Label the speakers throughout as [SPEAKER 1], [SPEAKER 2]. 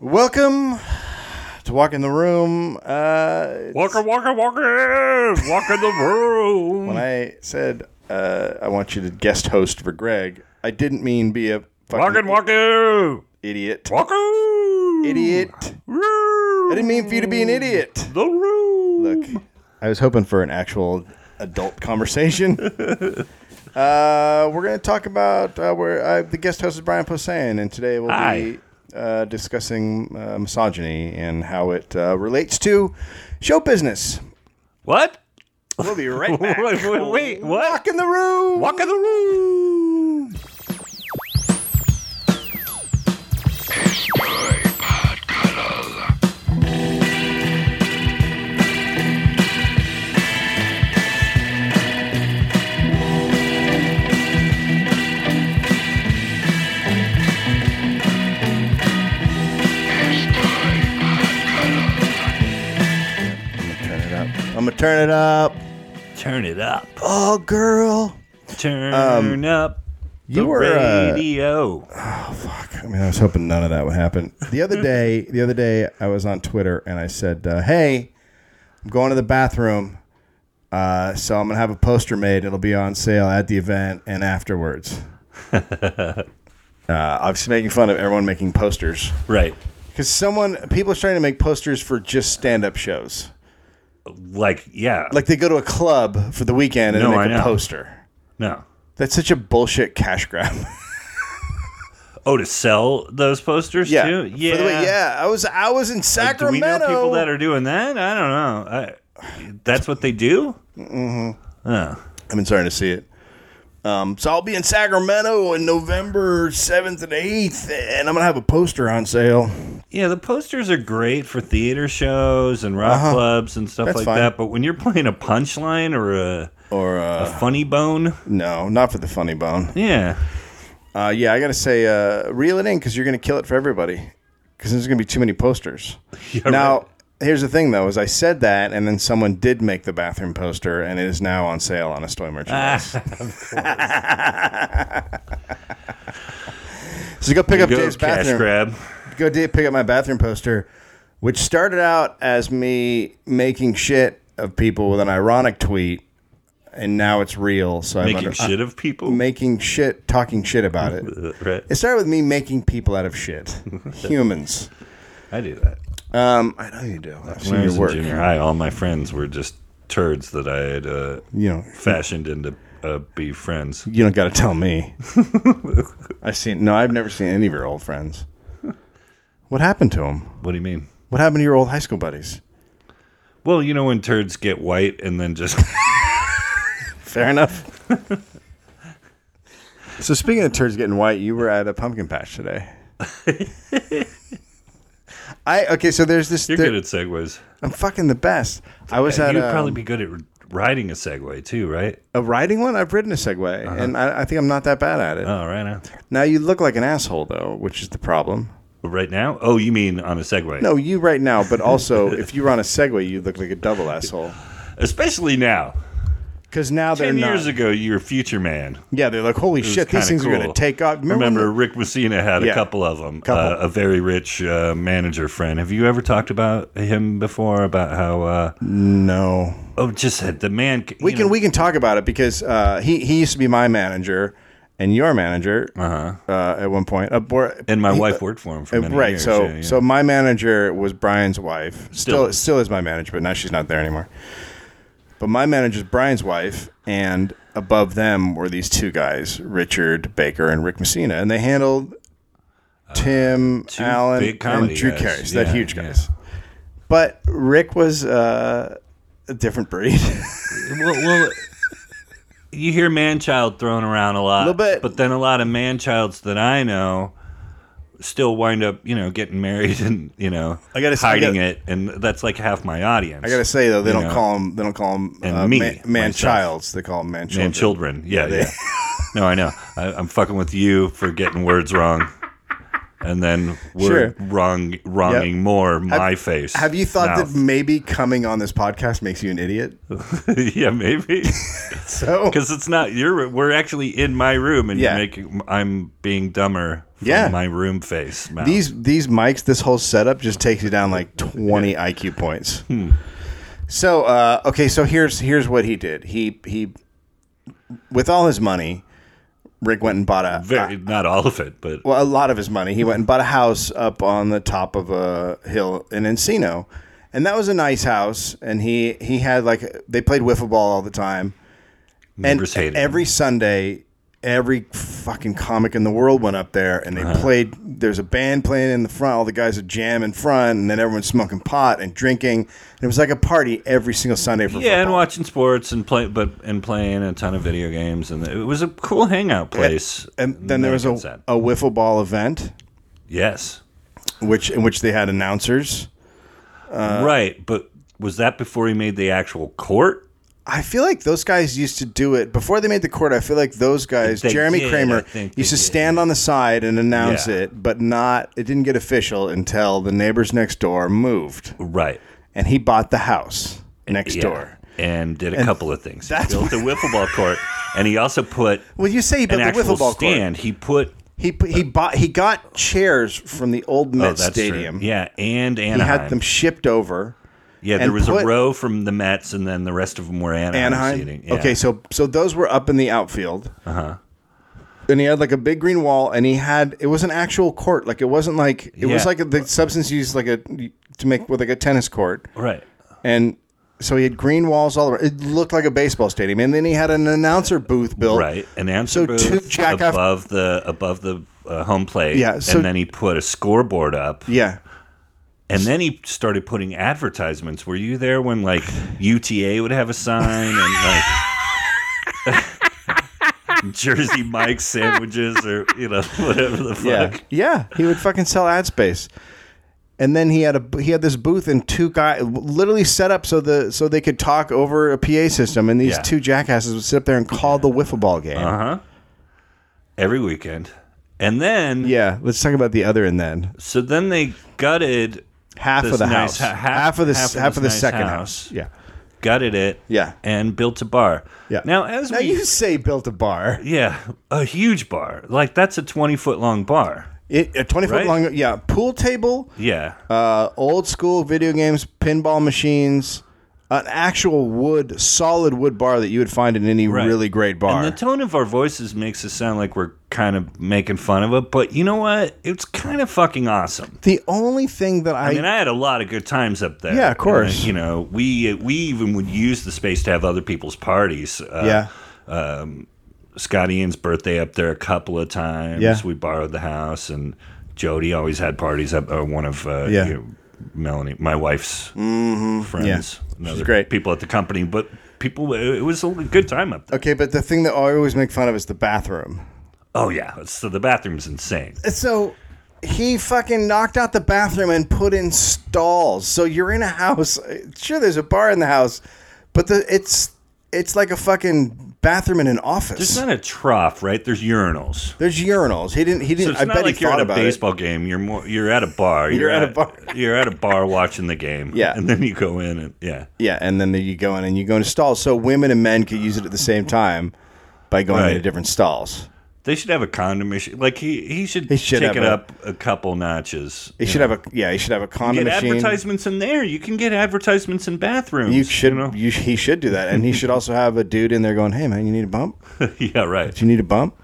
[SPEAKER 1] Welcome to Walk in the Room. Uh,
[SPEAKER 2] Walker, Walker, Walker, Walk in the room.
[SPEAKER 1] when I said uh, I want you to guest host for Greg, I didn't mean be a
[SPEAKER 2] Walking,
[SPEAKER 1] fucking
[SPEAKER 2] walking,
[SPEAKER 1] idiot.
[SPEAKER 2] walking.
[SPEAKER 1] Idiot. I didn't mean for you to be an idiot.
[SPEAKER 2] The room.
[SPEAKER 1] Look, I was hoping for an actual adult conversation. uh, we're going to talk about uh, where I, the guest host is Brian Posehn, and today we'll
[SPEAKER 2] Hi.
[SPEAKER 1] be uh, discussing uh, misogyny and how it uh, relates to show business.
[SPEAKER 2] What?
[SPEAKER 1] We'll be right back.
[SPEAKER 2] Wait, wait, wait, what?
[SPEAKER 1] Walk in the room.
[SPEAKER 2] Walk in the room.
[SPEAKER 1] I'm gonna turn it up. I'm gonna turn it up.
[SPEAKER 2] Turn it up.
[SPEAKER 1] Oh, girl.
[SPEAKER 2] Turn up the
[SPEAKER 1] Um, You were. uh,
[SPEAKER 2] radio.
[SPEAKER 1] I mean, I was hoping none of that would happen. The other day, the other day, I was on Twitter and I said, uh, "Hey, I'm going to the bathroom, uh, so I'm gonna have a poster made. It'll be on sale at the event and afterwards." uh, I was making fun of everyone making posters
[SPEAKER 2] right.
[SPEAKER 1] because someone, people are starting to make posters for just stand-up shows.
[SPEAKER 2] Like, yeah.
[SPEAKER 1] Like they go to a club for the weekend and
[SPEAKER 2] No,
[SPEAKER 1] they
[SPEAKER 2] I
[SPEAKER 1] make a
[SPEAKER 2] know.
[SPEAKER 1] poster.
[SPEAKER 2] no.
[SPEAKER 1] That's such a bullshit cash grab.
[SPEAKER 2] Oh, to sell those posters
[SPEAKER 1] Yeah,
[SPEAKER 2] too? Yeah.
[SPEAKER 1] By the way, yeah, I was I was in
[SPEAKER 2] Do we
[SPEAKER 1] Sacramento.
[SPEAKER 2] know people that are doing that? I don't know. I, that's what they do?
[SPEAKER 1] Mm-hmm. I've been starting to see it. Um, so I'll be in Sacramento on November seventh and eighth, and I'm gonna have a poster on sale.
[SPEAKER 2] Yeah, the posters are great for theater shows and rock clubs and stuff
[SPEAKER 1] Uh-huh. That's
[SPEAKER 2] like
[SPEAKER 1] fine.
[SPEAKER 2] that. But when you're playing a punchline or a,
[SPEAKER 1] Or uh,
[SPEAKER 2] a funny bone,
[SPEAKER 1] no, not for the funny bone.
[SPEAKER 2] yeah,
[SPEAKER 1] Uh, yeah, I gotta say, uh, reel it in because you're gonna kill it for everybody. Because there's gonna be too many posters. now,
[SPEAKER 2] right.
[SPEAKER 1] here's the thing though: is I said that, and then someone did make the bathroom poster, and it is now on sale on Estoy merchandise. so go pick up
[SPEAKER 2] Ah, go
[SPEAKER 1] Dave's
[SPEAKER 2] cash
[SPEAKER 1] bathroom.
[SPEAKER 2] grab.
[SPEAKER 1] go did pick up my bathroom poster, which started out as me making shit of people with an ironic tweet, and now it's real. So I'm
[SPEAKER 2] Making
[SPEAKER 1] under-
[SPEAKER 2] shit of people,
[SPEAKER 1] I'm making shit, talking shit about it.
[SPEAKER 2] Uh, right?
[SPEAKER 1] It started with me making people out of shit, humans.
[SPEAKER 2] I do that.
[SPEAKER 1] Um, I know you do. I've
[SPEAKER 2] When
[SPEAKER 1] seen
[SPEAKER 2] I
[SPEAKER 1] your
[SPEAKER 2] was in
[SPEAKER 1] work.
[SPEAKER 2] junior high, all my friends were just turds that I had uh,
[SPEAKER 1] You know,
[SPEAKER 2] fashioned into uh, be friends.
[SPEAKER 1] you don't got to tell me. I've seen. No, I've never seen any of your old friends. What happened to them?
[SPEAKER 2] What do you mean?
[SPEAKER 1] What happened to your old high school buddies?
[SPEAKER 2] Well, you know when turds get white and then just
[SPEAKER 1] Fair enough. so speaking of turds getting white, you were at a pumpkin patch today. I okay. So there's this.
[SPEAKER 2] you're
[SPEAKER 1] there-
[SPEAKER 2] good at segues.
[SPEAKER 1] I'm fucking the best. I was at
[SPEAKER 2] You'd
[SPEAKER 1] um,
[SPEAKER 2] probably be good at riding a segway too, right?
[SPEAKER 1] a riding one. I've ridden a Segway,
[SPEAKER 2] Uh-huh.
[SPEAKER 1] and I, I think I'm not that bad at it.
[SPEAKER 2] Oh, right now.
[SPEAKER 1] now you look like an asshole though, which is the problem.
[SPEAKER 2] Right now? Oh, you mean on a Segway?
[SPEAKER 1] No, you right now, but also if you were on a Segway, you look like a double asshole.
[SPEAKER 2] Especially now.
[SPEAKER 1] Because now they're
[SPEAKER 2] Ten
[SPEAKER 1] not.
[SPEAKER 2] years ago, you were future man.
[SPEAKER 1] yeah, they're like, holy shit,
[SPEAKER 2] kinda
[SPEAKER 1] these things are
[SPEAKER 2] cool.
[SPEAKER 1] gonna take off. Remember?
[SPEAKER 2] Remember,
[SPEAKER 1] when
[SPEAKER 2] Rick Messina had
[SPEAKER 1] Yeah.
[SPEAKER 2] a couple of them.
[SPEAKER 1] Couple.
[SPEAKER 2] Uh, a very rich uh, manager friend. Have you ever talked about him before? About how? Uh,
[SPEAKER 1] the- no.
[SPEAKER 2] oh, just had the man. c-
[SPEAKER 1] We
[SPEAKER 2] you
[SPEAKER 1] can
[SPEAKER 2] know-
[SPEAKER 1] we can talk about it because uh, he he used to be my manager and your manager uh at one point. Uh, bor-
[SPEAKER 2] and my
[SPEAKER 1] he-
[SPEAKER 2] wife worked for him for
[SPEAKER 1] uh,
[SPEAKER 2] Uh-huh. many
[SPEAKER 1] right.
[SPEAKER 2] years.
[SPEAKER 1] so
[SPEAKER 2] yeah, yeah.
[SPEAKER 1] so my manager was Brian's wife. Still, still
[SPEAKER 2] Still.
[SPEAKER 1] is my manager, but now she's not there anymore. But my manager's Brian's wife, and above them were these two guys, Richard Baker and Rick Messina, and they handled Tim Allen
[SPEAKER 2] Uh, big comedy
[SPEAKER 1] and Drew
[SPEAKER 2] guys.
[SPEAKER 1] Carey, so that
[SPEAKER 2] Yeah,
[SPEAKER 1] huge
[SPEAKER 2] yeah.
[SPEAKER 1] guys. But Rick was uh, a different breed.
[SPEAKER 2] well, well, you hear man child thrown around a lot,
[SPEAKER 1] Little bit.
[SPEAKER 2] but then a lot of man childs that I know still wind up, you know, getting married and you know,
[SPEAKER 1] I gotta- I
[SPEAKER 2] hiding
[SPEAKER 1] gotta-
[SPEAKER 2] it, and that's like half my audience.
[SPEAKER 1] I gotta say though, they
[SPEAKER 2] You
[SPEAKER 1] don't
[SPEAKER 2] know?
[SPEAKER 1] call him. They don't call him
[SPEAKER 2] And
[SPEAKER 1] uh,
[SPEAKER 2] me,
[SPEAKER 1] man, man
[SPEAKER 2] myself.
[SPEAKER 1] childs. They call him man children.
[SPEAKER 2] and children, yeah, yeah. no, I know. I, I'm fucking with you for getting words wrong, and then
[SPEAKER 1] Sure.
[SPEAKER 2] we're wrong, wronging more my face.
[SPEAKER 1] Have you thought that
[SPEAKER 2] mouth.
[SPEAKER 1] maybe coming on this podcast makes you an idiot?
[SPEAKER 2] yeah, maybe.
[SPEAKER 1] So
[SPEAKER 2] because it's not you're we're actually in my room and
[SPEAKER 1] Yeah.
[SPEAKER 2] you're making i'm being dumber from
[SPEAKER 1] Yeah.
[SPEAKER 2] my room face. Mount.
[SPEAKER 1] These these mics, this whole setup just takes you down like twenty IQ points.
[SPEAKER 2] Hmm.
[SPEAKER 1] So uh, okay, so here's here's what he did. He he, with all his money, Rick went and bought a
[SPEAKER 2] very not all of it, but
[SPEAKER 1] well, a lot of his money. He went and bought a house up on the top of a hill in Encino, and that was a nice house. And he he had like they played wiffle ball all the time.
[SPEAKER 2] neighbors
[SPEAKER 1] and
[SPEAKER 2] hated him.
[SPEAKER 1] every Sunday, every fucking comic in the world went up there, and they
[SPEAKER 2] Uh-huh.
[SPEAKER 1] played. There's a band playing in the front. All the guys would jam in front, and then everyone's smoking pot and drinking. And it was like a party every single Sunday for
[SPEAKER 2] yeah, and
[SPEAKER 1] football.
[SPEAKER 2] watching sports and play, but and playing a ton of video games, and it was a cool hangout place.
[SPEAKER 1] And then there was a,
[SPEAKER 2] American said.
[SPEAKER 1] a wiffle ball event,
[SPEAKER 2] yes,
[SPEAKER 1] which in which they had announcers. Uh,
[SPEAKER 2] right, but was that before he made the actual court?
[SPEAKER 1] I feel like those guys used to do it before they made the court. I feel like those guys,
[SPEAKER 2] They
[SPEAKER 1] Jeremy
[SPEAKER 2] did, I
[SPEAKER 1] Kramer,
[SPEAKER 2] think they
[SPEAKER 1] used to
[SPEAKER 2] did.
[SPEAKER 1] stand on the side and announce
[SPEAKER 2] Yeah.
[SPEAKER 1] it, but not. It didn't get official until the neighbors next door moved,
[SPEAKER 2] Right.
[SPEAKER 1] and he bought the house next
[SPEAKER 2] Yeah.
[SPEAKER 1] door.
[SPEAKER 2] And did a couple of things. He
[SPEAKER 1] that's
[SPEAKER 2] built a wiffle ball court, and he also put
[SPEAKER 1] Well, you say he
[SPEAKER 2] an
[SPEAKER 1] built the
[SPEAKER 2] actual
[SPEAKER 1] wiffle ball court.
[SPEAKER 2] stand. He put
[SPEAKER 1] He pu- he bought he got chairs from the old
[SPEAKER 2] oh,
[SPEAKER 1] Met
[SPEAKER 2] that's true.
[SPEAKER 1] Stadium.
[SPEAKER 2] Yeah, and
[SPEAKER 1] He
[SPEAKER 2] Anaheim.
[SPEAKER 1] had them shipped over
[SPEAKER 2] yeah, there
[SPEAKER 1] and
[SPEAKER 2] was
[SPEAKER 1] put-
[SPEAKER 2] a row from the Mets, and then the rest of them were Anaheim,
[SPEAKER 1] Anaheim.
[SPEAKER 2] seating. Yeah. Uh-huh.
[SPEAKER 1] Okay, so so those were up in the outfield. Uh huh. And he had like a big green wall, and he had it was an actual court. Like it wasn't like it was
[SPEAKER 2] Yeah.
[SPEAKER 1] like the substance used like a to make with like a tennis court,
[SPEAKER 2] right.
[SPEAKER 1] and so he had green walls all around. It looked like a baseball stadium, and then he had an announcer booth built.
[SPEAKER 2] Right, an answer
[SPEAKER 1] So
[SPEAKER 2] booth
[SPEAKER 1] two jack-
[SPEAKER 2] above the above the uh, home plate.
[SPEAKER 1] Yeah, so-
[SPEAKER 2] and then he put a scoreboard up,
[SPEAKER 1] Yeah.
[SPEAKER 2] and then he started putting advertisements. Were you there when like UTA would have a sign and like Jersey Mike's sandwiches or you know whatever the
[SPEAKER 1] Yeah.
[SPEAKER 2] fuck?
[SPEAKER 1] Yeah. He would fucking sell ad space. And then he had a he had this booth and two guys literally set up so the so they could talk over a PA system and these
[SPEAKER 2] Yeah.
[SPEAKER 1] two jackasses would sit up there and call the wiffle ball game.
[SPEAKER 2] Uh huh. Every weekend, and then
[SPEAKER 1] Yeah, let's talk about the other and then
[SPEAKER 2] so then they gutted
[SPEAKER 1] half
[SPEAKER 2] This
[SPEAKER 1] of the house,
[SPEAKER 2] nice ha- half-
[SPEAKER 1] half, of the
[SPEAKER 2] half
[SPEAKER 1] half,
[SPEAKER 2] of
[SPEAKER 1] of the
[SPEAKER 2] this nice
[SPEAKER 1] second
[SPEAKER 2] house.
[SPEAKER 1] house. Yeah,
[SPEAKER 2] gutted it.
[SPEAKER 1] Yeah.
[SPEAKER 2] and built a bar.
[SPEAKER 1] Yeah.
[SPEAKER 2] Now as
[SPEAKER 1] now
[SPEAKER 2] we
[SPEAKER 1] you say built a bar,
[SPEAKER 2] Yeah, a huge bar. Like that's a twenty foot long bar.
[SPEAKER 1] it, a twenty foot
[SPEAKER 2] Right?
[SPEAKER 1] long, yeah, pool table,
[SPEAKER 2] Yeah,
[SPEAKER 1] uh, old school video games, pinball machines, an actual wood, solid wood bar that you would find in any
[SPEAKER 2] Right.
[SPEAKER 1] really great bar.
[SPEAKER 2] and the tone of our voices makes it sound like we're kind of making fun of it. But you know what? It's kind of fucking awesome.
[SPEAKER 1] the only thing that I,
[SPEAKER 2] I mean, I had a lot of good times up there.
[SPEAKER 1] Yeah, of course.
[SPEAKER 2] And, you know, we we even would use the space to have other people's parties. Uh,
[SPEAKER 1] yeah,
[SPEAKER 2] Scott Ian's birthday up there a couple of times.
[SPEAKER 1] Yeah.
[SPEAKER 2] We borrowed the house, and Jody always had parties up. Or one of uh,
[SPEAKER 1] Yeah.
[SPEAKER 2] you know, Melanie, my wife's friends,
[SPEAKER 1] Yeah.
[SPEAKER 2] and
[SPEAKER 1] Mm-hmm. She's
[SPEAKER 2] other
[SPEAKER 1] great.
[SPEAKER 2] people at the company. But people, it was a good time up there.
[SPEAKER 1] okay, but the thing that I always make fun of is the bathroom.
[SPEAKER 2] Oh yeah, so the bathroom's insane.
[SPEAKER 1] So he fucking knocked out the bathroom and put in stalls. So you're in a house. Sure, there's a bar in the house, but the it's it's like a fucking bathroom in an office.
[SPEAKER 2] It's not a trough, right? There's urinals.
[SPEAKER 1] there's urinals. He didn't. He
[SPEAKER 2] So
[SPEAKER 1] didn't.
[SPEAKER 2] it's
[SPEAKER 1] I
[SPEAKER 2] not
[SPEAKER 1] bet
[SPEAKER 2] like
[SPEAKER 1] he
[SPEAKER 2] you're
[SPEAKER 1] thought
[SPEAKER 2] at a
[SPEAKER 1] about it.
[SPEAKER 2] baseball game. You're more. You're at a bar. You're,
[SPEAKER 1] at a bar.
[SPEAKER 2] You're at a bar watching the game.
[SPEAKER 1] Yeah.
[SPEAKER 2] and then you go in and yeah.
[SPEAKER 1] Yeah, and then you go in and you go into stalls. So women and men could use it at the same time by going
[SPEAKER 2] Right.
[SPEAKER 1] into different stalls.
[SPEAKER 2] They should have a condom issue. Like he, he should,
[SPEAKER 1] should
[SPEAKER 2] take
[SPEAKER 1] have
[SPEAKER 2] it
[SPEAKER 1] a-
[SPEAKER 2] up a couple notches.
[SPEAKER 1] He should have a yeah. He should have a condom
[SPEAKER 2] get
[SPEAKER 1] machine.
[SPEAKER 2] advertisements in there. You can get advertisements in bathrooms.
[SPEAKER 1] You should. You
[SPEAKER 2] know?
[SPEAKER 1] he should do that, and he should also have a dude in there going, "Hey man, you need a bump."
[SPEAKER 2] yeah, right.
[SPEAKER 1] Do you need a bump?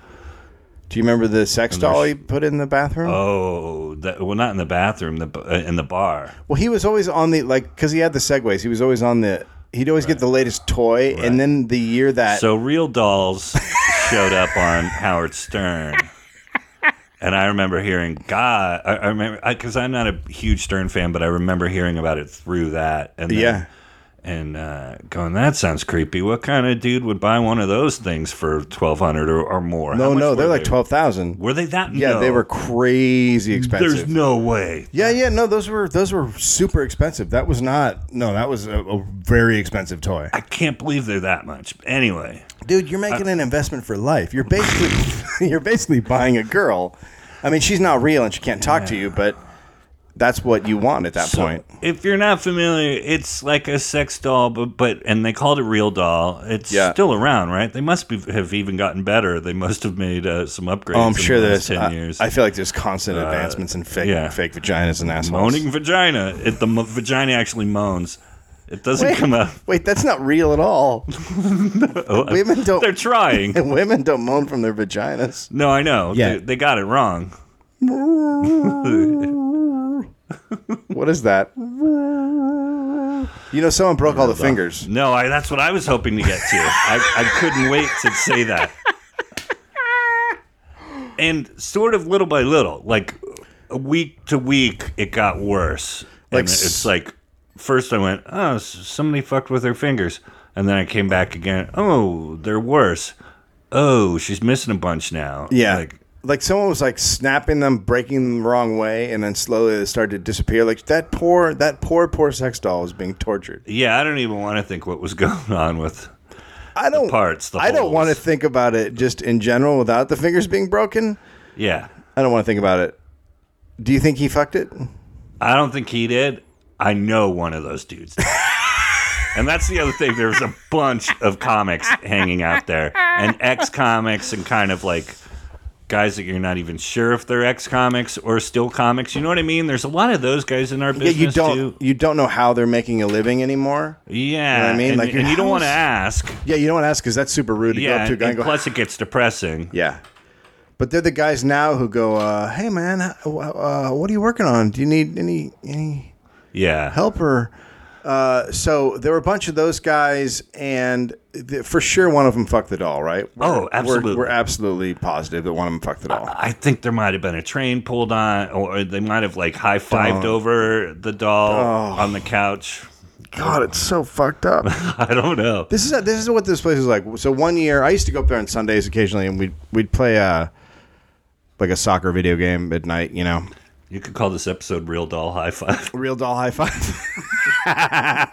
[SPEAKER 1] Do you remember the sex doll he put in the bathroom?
[SPEAKER 2] Oh, that, well, not in the bathroom, the b- uh, in the bar.
[SPEAKER 1] well, he was always on the like because he had the segways. He was always on the. He'd always get the latest toy, and then the year that
[SPEAKER 2] So real dolls showed up on Howard Stern. And I remember hearing God. I, I remember because I'm not a huge Stern fan, but I remember hearing about it through that. And then-
[SPEAKER 1] Yeah.
[SPEAKER 2] and uh, going, that sounds creepy. What kind of dude would buy one of those things for twelve hundred or, or more? How
[SPEAKER 1] no,
[SPEAKER 2] much
[SPEAKER 1] no,
[SPEAKER 2] were
[SPEAKER 1] they're like
[SPEAKER 2] they?
[SPEAKER 1] twelve thousand.
[SPEAKER 2] Were they that?
[SPEAKER 1] Yeah,
[SPEAKER 2] No.
[SPEAKER 1] they were crazy
[SPEAKER 2] There's
[SPEAKER 1] expensive.
[SPEAKER 2] no way.
[SPEAKER 1] yeah, yeah, no, those were those were super expensive. That was not no, that was a, a very expensive toy.
[SPEAKER 2] I can't believe they're that much. Anyway,
[SPEAKER 1] Dude, you're making an investment for life. You're basically you're basically buying a girl. I mean, she's not real and she can't talk to you, but That's what you want at that
[SPEAKER 2] So,
[SPEAKER 1] point.
[SPEAKER 2] If you're not familiar, it's like a sex doll, but, but and they called it real doll. It's
[SPEAKER 1] Yeah.
[SPEAKER 2] still around, right? They must be, have even gotten better. They must have made uh, some upgrades.
[SPEAKER 1] Oh, I'm
[SPEAKER 2] in
[SPEAKER 1] sure
[SPEAKER 2] the
[SPEAKER 1] there's.
[SPEAKER 2] last
[SPEAKER 1] I,
[SPEAKER 2] ten years. Uh,
[SPEAKER 1] I feel like there's constant advancements in fake
[SPEAKER 2] yeah.
[SPEAKER 1] fake vaginas and assholes.
[SPEAKER 2] Moaning vagina. It, the mo- vagina actually moans. It doesn't
[SPEAKER 1] Wait,
[SPEAKER 2] come out.
[SPEAKER 1] wait, that's not real at all. women don't.
[SPEAKER 2] They're trying.
[SPEAKER 1] women don't moan from their vaginas.
[SPEAKER 2] No, I know.
[SPEAKER 1] Yeah.
[SPEAKER 2] They, they got it wrong.
[SPEAKER 1] What is that? You know, someone broke all the fingers.
[SPEAKER 2] No, I, that's what I was hoping to get to. I, I couldn't wait to say that. And sort of little by little, like week to week, it got worse.
[SPEAKER 1] Like
[SPEAKER 2] Like
[SPEAKER 1] s-
[SPEAKER 2] it's like first I went, oh, s- somebody fucked with her fingers, and then I came back again. Oh, they're worse. Oh, she's missing a bunch now.
[SPEAKER 1] Yeah. Like,
[SPEAKER 2] Like,
[SPEAKER 1] someone was like snapping them, breaking them the wrong way, and then slowly they started to disappear. Like that poor, that poor, poor sex doll was being tortured.
[SPEAKER 2] yeah, I don't even want to think what was going on with
[SPEAKER 1] I don't.
[SPEAKER 2] parts. The
[SPEAKER 1] I don't
[SPEAKER 2] holes.
[SPEAKER 1] want to think about it just in general without the fingers being broken.
[SPEAKER 2] Yeah.
[SPEAKER 1] I don't want to think about it. Do you think he fucked it?
[SPEAKER 2] I don't think he did. I know one of those dudes. did. and that's the other thing. There's a bunch of comics hanging out there, and ex comics, and kind of like guys that you're not even sure if they're ex comics or still comics. You know what I mean? There's a lot of those guys in our
[SPEAKER 1] Yeah,
[SPEAKER 2] business
[SPEAKER 1] you don't.
[SPEAKER 2] too.
[SPEAKER 1] You don't know how they're making a living anymore.
[SPEAKER 2] Yeah,
[SPEAKER 1] I mean?
[SPEAKER 2] and,
[SPEAKER 1] Like,
[SPEAKER 2] and you don't
[SPEAKER 1] how's-
[SPEAKER 2] want to ask.
[SPEAKER 1] Yeah, you don't want to ask because that's super rude to go up to
[SPEAKER 2] Yeah,
[SPEAKER 1] a
[SPEAKER 2] and,
[SPEAKER 1] guy and go,
[SPEAKER 2] plus it gets depressing.
[SPEAKER 1] Yeah. But they're the guys now who go, uh, "Hey man, h- w- uh, what are you working on? Do you need any any
[SPEAKER 2] Yeah,
[SPEAKER 1] help or?" Uh, so there were a bunch of those guys, and th- for sure one of them fucked the doll, right? We're-
[SPEAKER 2] Oh,
[SPEAKER 1] we're-
[SPEAKER 2] absolutely.
[SPEAKER 1] We're, absolutely positive that one of them fucked the doll.
[SPEAKER 2] I think there might have been a train pulled on, or they might have like high fived over the doll
[SPEAKER 1] Oh.
[SPEAKER 2] on the couch.
[SPEAKER 1] God, it's so fucked up.
[SPEAKER 2] I don't know.
[SPEAKER 1] This is this is what this place is like. So one year, I used to go up there on Sundays occasionally, and we'd we'd play uh like a soccer video game at night, you know,
[SPEAKER 2] You could call this episode "Real Doll High Five.
[SPEAKER 1] Real doll high five. uh,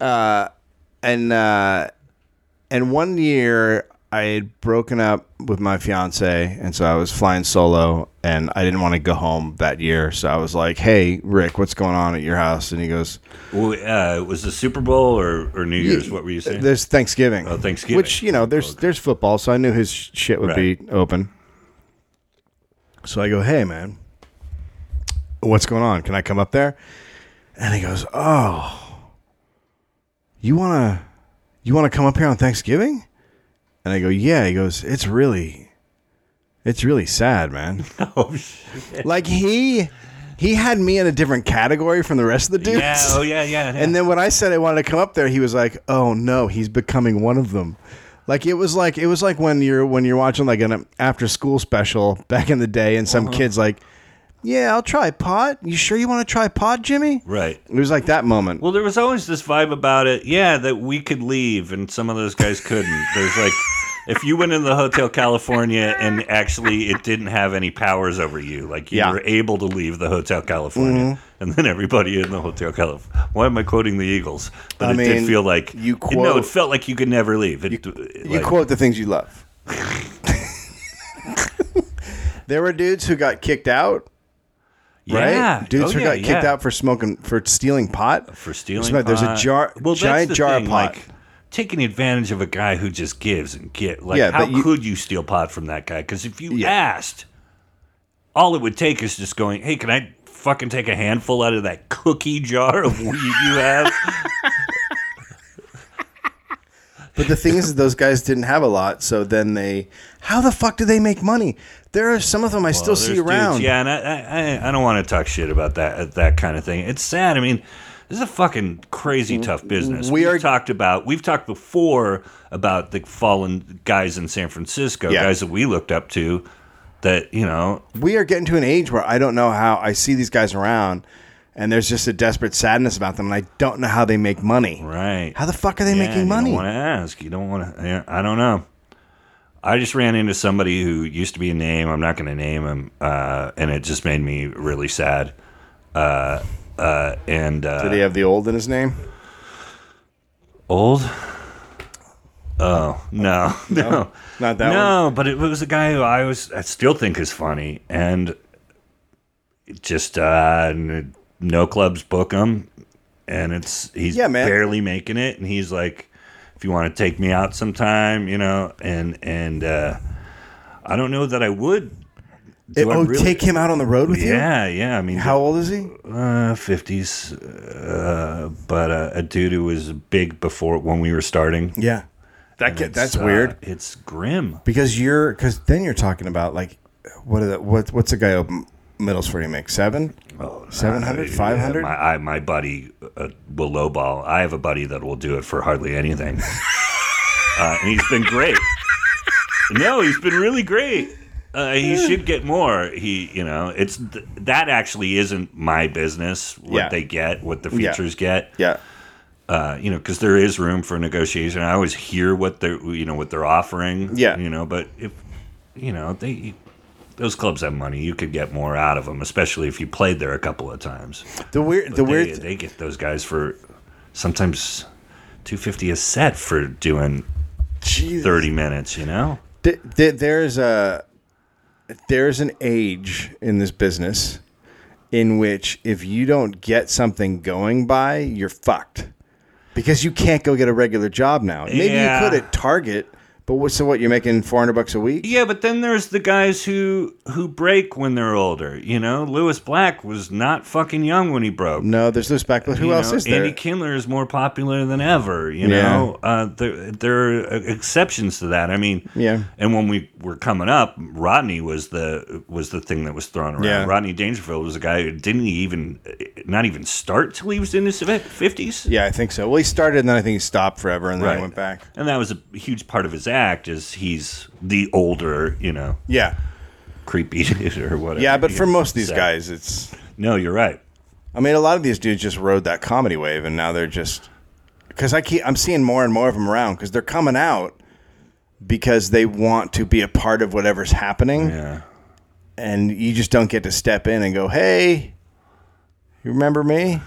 [SPEAKER 1] and uh, and one year I had broken up with my fiance, and so I was flying solo, and I didn't want to go home that year. So I was like, "Hey, Rick, what's going on at your house?" And he goes,
[SPEAKER 2] Well, uh, was the Super Bowl or, or New Year's? What were you saying?
[SPEAKER 1] "There's Thanksgiving,
[SPEAKER 2] Oh, Thanksgiving.
[SPEAKER 1] which you know, there's there's football, so I knew his sh- shit would
[SPEAKER 2] Right.
[SPEAKER 1] be open." So I go, "Hey, man." What's going on? Can I come up there? And he goes, "Oh, you wanna, you wanna come up here on Thanksgiving?" And I go, "Yeah." He goes, "It's really, it's really sad, man.
[SPEAKER 2] oh, shit.
[SPEAKER 1] like he, he had me in a different category from the rest of the dudes.
[SPEAKER 2] yeah, oh yeah, yeah. yeah.
[SPEAKER 1] And then when I said I wanted to come up there, he was like, "Oh no, he's becoming one of them." Like it was like it was like when you're when you're watching like an um, after school special back in the day, and
[SPEAKER 2] Uh-huh.
[SPEAKER 1] some kids like, "Yeah, I'll try pot. You sure you want to try pot, Jimmy?"
[SPEAKER 2] right.
[SPEAKER 1] It was like that moment.
[SPEAKER 2] Well, there was always this vibe about it. Yeah, that we could leave, and some of those guys couldn't. There's like, if you went in the Hotel California and actually it didn't have any powers over you, like you
[SPEAKER 1] Yeah. Mm-hmm.
[SPEAKER 2] were able to leave the Hotel California, and then everybody in the Hotel California. Why am I quoting the Eagles? But
[SPEAKER 1] I
[SPEAKER 2] it
[SPEAKER 1] mean,
[SPEAKER 2] did feel like
[SPEAKER 1] you
[SPEAKER 2] No,
[SPEAKER 1] quote-
[SPEAKER 2] it felt like you could never leave. It,
[SPEAKER 1] you
[SPEAKER 2] like-
[SPEAKER 1] quote the things you love. there were dudes who got kicked out, right?
[SPEAKER 2] Yeah.
[SPEAKER 1] Dudes
[SPEAKER 2] Oh,
[SPEAKER 1] who
[SPEAKER 2] yeah,
[SPEAKER 1] got kicked
[SPEAKER 2] yeah.
[SPEAKER 1] out for smoking for stealing pot.
[SPEAKER 2] for stealing.
[SPEAKER 1] Right, there's a
[SPEAKER 2] pot.
[SPEAKER 1] jar-
[SPEAKER 2] that's
[SPEAKER 1] giant
[SPEAKER 2] the
[SPEAKER 1] jar of pot.
[SPEAKER 2] Like, taking advantage of a guy who just gives and get. Like,
[SPEAKER 1] Yeah,
[SPEAKER 2] how
[SPEAKER 1] but you-
[SPEAKER 2] could you steal pot from that guy? Because if you
[SPEAKER 1] Yeah.
[SPEAKER 2] asked, all it would take is just going, "Hey, can I fucking take a handful out of that cookie jar of weed you have?"
[SPEAKER 1] But the thing is, that those guys didn't have a lot, so then they, how the fuck do they make money? There are some of them I still
[SPEAKER 2] Well,
[SPEAKER 1] see
[SPEAKER 2] Oh, there's dudes-
[SPEAKER 1] around.
[SPEAKER 2] yeah, and I, I, I- I don't want to talk shit about that uh, that kind of thing. It's sad. I mean, this is a fucking crazy tough business.
[SPEAKER 1] Mm, we
[SPEAKER 2] We've
[SPEAKER 1] are-
[SPEAKER 2] talked about. We've talked before about the fallen guys in San Francisco,
[SPEAKER 1] Yeah.
[SPEAKER 2] guys that we looked up to. That you know,
[SPEAKER 1] We are getting to an age where I don't know how I see these guys around, and there's just a desperate sadness about them, and I don't know how they make money.
[SPEAKER 2] right?
[SPEAKER 1] How the fuck are they
[SPEAKER 2] Yeah,
[SPEAKER 1] making money?
[SPEAKER 2] You don't want to ask. You don't want to. Yeah, I don't know. I just ran into somebody who used to be a name. I'm not going to name him, uh, and it just made me really sad. Uh, uh, and uh,
[SPEAKER 1] Did he have the old in his name?
[SPEAKER 2] Old? Oh no, no,
[SPEAKER 1] Not that
[SPEAKER 2] no. But it was a guy who I was I still think is funny, and just uh, n- no clubs book him, and it's he's
[SPEAKER 1] Yeah, man.
[SPEAKER 2] barely making it, and he's like, if you want to take me out sometime, you know, and and uh, I don't know that I would. Do I
[SPEAKER 1] oh,
[SPEAKER 2] really-
[SPEAKER 1] take him out on the road with you?
[SPEAKER 2] Yeah, yeah. I mean,
[SPEAKER 1] How old is he?
[SPEAKER 2] fifties, uh, but uh, a dude who was big before when we were starting.
[SPEAKER 1] Yeah. That get, that's
[SPEAKER 2] It's, uh,
[SPEAKER 1] weird.
[SPEAKER 2] It's grim.
[SPEAKER 1] because you're because then you're talking about like what are the, what what's a guy open middles for you make seven
[SPEAKER 2] Oh,
[SPEAKER 1] seven hundred
[SPEAKER 2] Yeah,
[SPEAKER 1] five hundred
[SPEAKER 2] My I, my buddy uh, will lowball. I have a buddy that will do it for hardly anything, uh, and he's been great. No, he's been really great. Uh, he should get more. He, you know, it's th- that actually isn't my business. What
[SPEAKER 1] Yeah.
[SPEAKER 2] they get, what the
[SPEAKER 1] Yeah.
[SPEAKER 2] features get.
[SPEAKER 1] yeah
[SPEAKER 2] uh, you know, because there is room for negotiation. I always hear what they're, you know, what they're offering.
[SPEAKER 1] Yeah.
[SPEAKER 2] You know, but if, you know, they, those clubs have money. You could get more out of them, especially if you played there a couple of times.
[SPEAKER 1] the weird the
[SPEAKER 2] they,
[SPEAKER 1] weird
[SPEAKER 2] they get those guys for sometimes two fifty a set for doing
[SPEAKER 1] Jesus.
[SPEAKER 2] thirty minutes. You know.
[SPEAKER 1] Th- th- there's a there's an age in this business in which if you don't get something going by you're fucked because you can't go get a regular job now maybe
[SPEAKER 2] Yeah.
[SPEAKER 1] you could at target but what, so what you're making 400 bucks a week
[SPEAKER 2] Yeah, but then there's the guys who who break when they're older. You know, Lewis Black was not fucking young when he broke.
[SPEAKER 1] no there's loose back who
[SPEAKER 2] you
[SPEAKER 1] else
[SPEAKER 2] know,
[SPEAKER 1] is there
[SPEAKER 2] Andy Kindler is more popular than ever. You
[SPEAKER 1] Yeah.
[SPEAKER 2] know, uh, there there are e, exceptions to that. I mean,
[SPEAKER 1] Yeah.
[SPEAKER 2] And when we were coming up, Rodney was the was the thing that was thrown around.
[SPEAKER 1] Yeah.
[SPEAKER 2] Rodney Dangerfield was a guy who didn't even eh, not even start till he was in his fifties.
[SPEAKER 1] Yeah, I think so. Well, he started and then I think he stopped forever and then he
[SPEAKER 2] Right.
[SPEAKER 1] went back.
[SPEAKER 2] And that was a huge part of his act is he's the older, you know,
[SPEAKER 1] Yeah.
[SPEAKER 2] creepy dude or whatever.
[SPEAKER 1] Yeah, but
[SPEAKER 2] you
[SPEAKER 1] for
[SPEAKER 2] know,
[SPEAKER 1] most of these
[SPEAKER 2] so-
[SPEAKER 1] guys, it's.
[SPEAKER 2] no, you're right.
[SPEAKER 1] I mean, a lot of these dudes just rode that comedy wave and now they're just. Because I keep, I'm seeing more and more of them around because they're coming out because they want to be a part of whatever's happening.
[SPEAKER 2] Yeah,
[SPEAKER 1] And you just don't get to step in and go, hey, you remember me?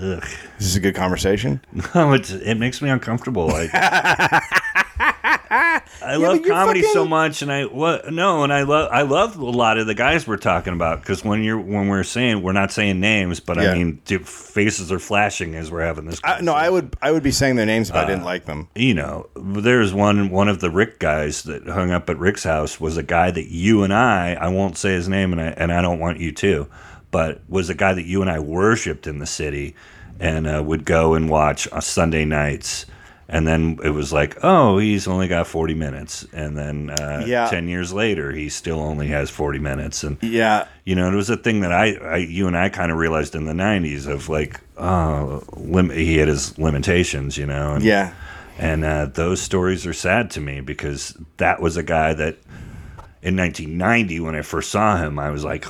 [SPEAKER 2] ugh.
[SPEAKER 1] This is a good conversation.
[SPEAKER 2] No, it's, it makes me uncomfortable. Like, I love
[SPEAKER 1] but you're
[SPEAKER 2] comedy so
[SPEAKER 1] fucking-
[SPEAKER 2] much, and I what no, and I love I love a lot of the guys we're talking about because when you're when we're saying we're not saying names, but
[SPEAKER 1] Yeah.
[SPEAKER 2] I mean dude, faces are flashing as we're having this.
[SPEAKER 1] I, no, I would I would be saying their names if I
[SPEAKER 2] Uh,
[SPEAKER 1] didn't like them.
[SPEAKER 2] you know, there's one one of the Rick guys that hung up at Rick's house was a guy that you and I I won't say his name and I and I don't want you to, but was a guy that you and I worshipped in the city, and uh, would go and watch on Sunday nights. And then it was like, oh, he's only got 40 minutes. And then uh,
[SPEAKER 1] Yeah.
[SPEAKER 2] 10 years later, he still only has 40 minutes. And
[SPEAKER 1] Yeah.
[SPEAKER 2] you know, it was a thing that I, I you and I kind of realized in the 90s of like, oh, lim- he had his limitations, you know? And
[SPEAKER 1] Yeah.
[SPEAKER 2] and uh, those stories are sad to me because that was a guy that in 1990, when I first saw him, I was like,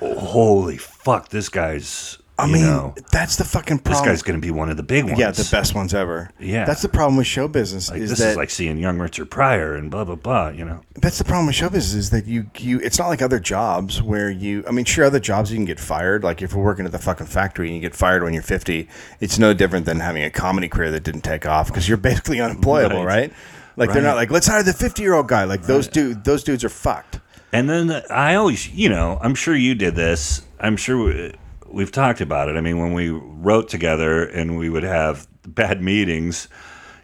[SPEAKER 2] holy fuck, this guy's,
[SPEAKER 1] I
[SPEAKER 2] you
[SPEAKER 1] mean,
[SPEAKER 2] know,
[SPEAKER 1] that's the fucking
[SPEAKER 2] this
[SPEAKER 1] problem.
[SPEAKER 2] guy's going to be one of the big ones.
[SPEAKER 1] Yeah, the best ones ever.
[SPEAKER 2] Yeah.
[SPEAKER 1] that's the problem with show business.
[SPEAKER 2] Like,
[SPEAKER 1] is
[SPEAKER 2] this
[SPEAKER 1] that
[SPEAKER 2] is like seeing young Richard Pryor and blah, blah, blah, you know.
[SPEAKER 1] that's the problem with show business is that you you it's not like other jobs where you I mean sure other jobs you can get fired like if you're working at the fucking factory and you get fired when you're 50 it's no different than having a comedy career that didn't take off because you're basically unemployable right,
[SPEAKER 2] Right.
[SPEAKER 1] like they're not
[SPEAKER 2] Right.
[SPEAKER 1] like let's hire the 50 year old guy like those dude those dudes are fucked
[SPEAKER 2] And then the- I always, you know, I'm sure you did this. I'm sure we, we've talked about it. I mean, when we wrote together and we would have bad meetings,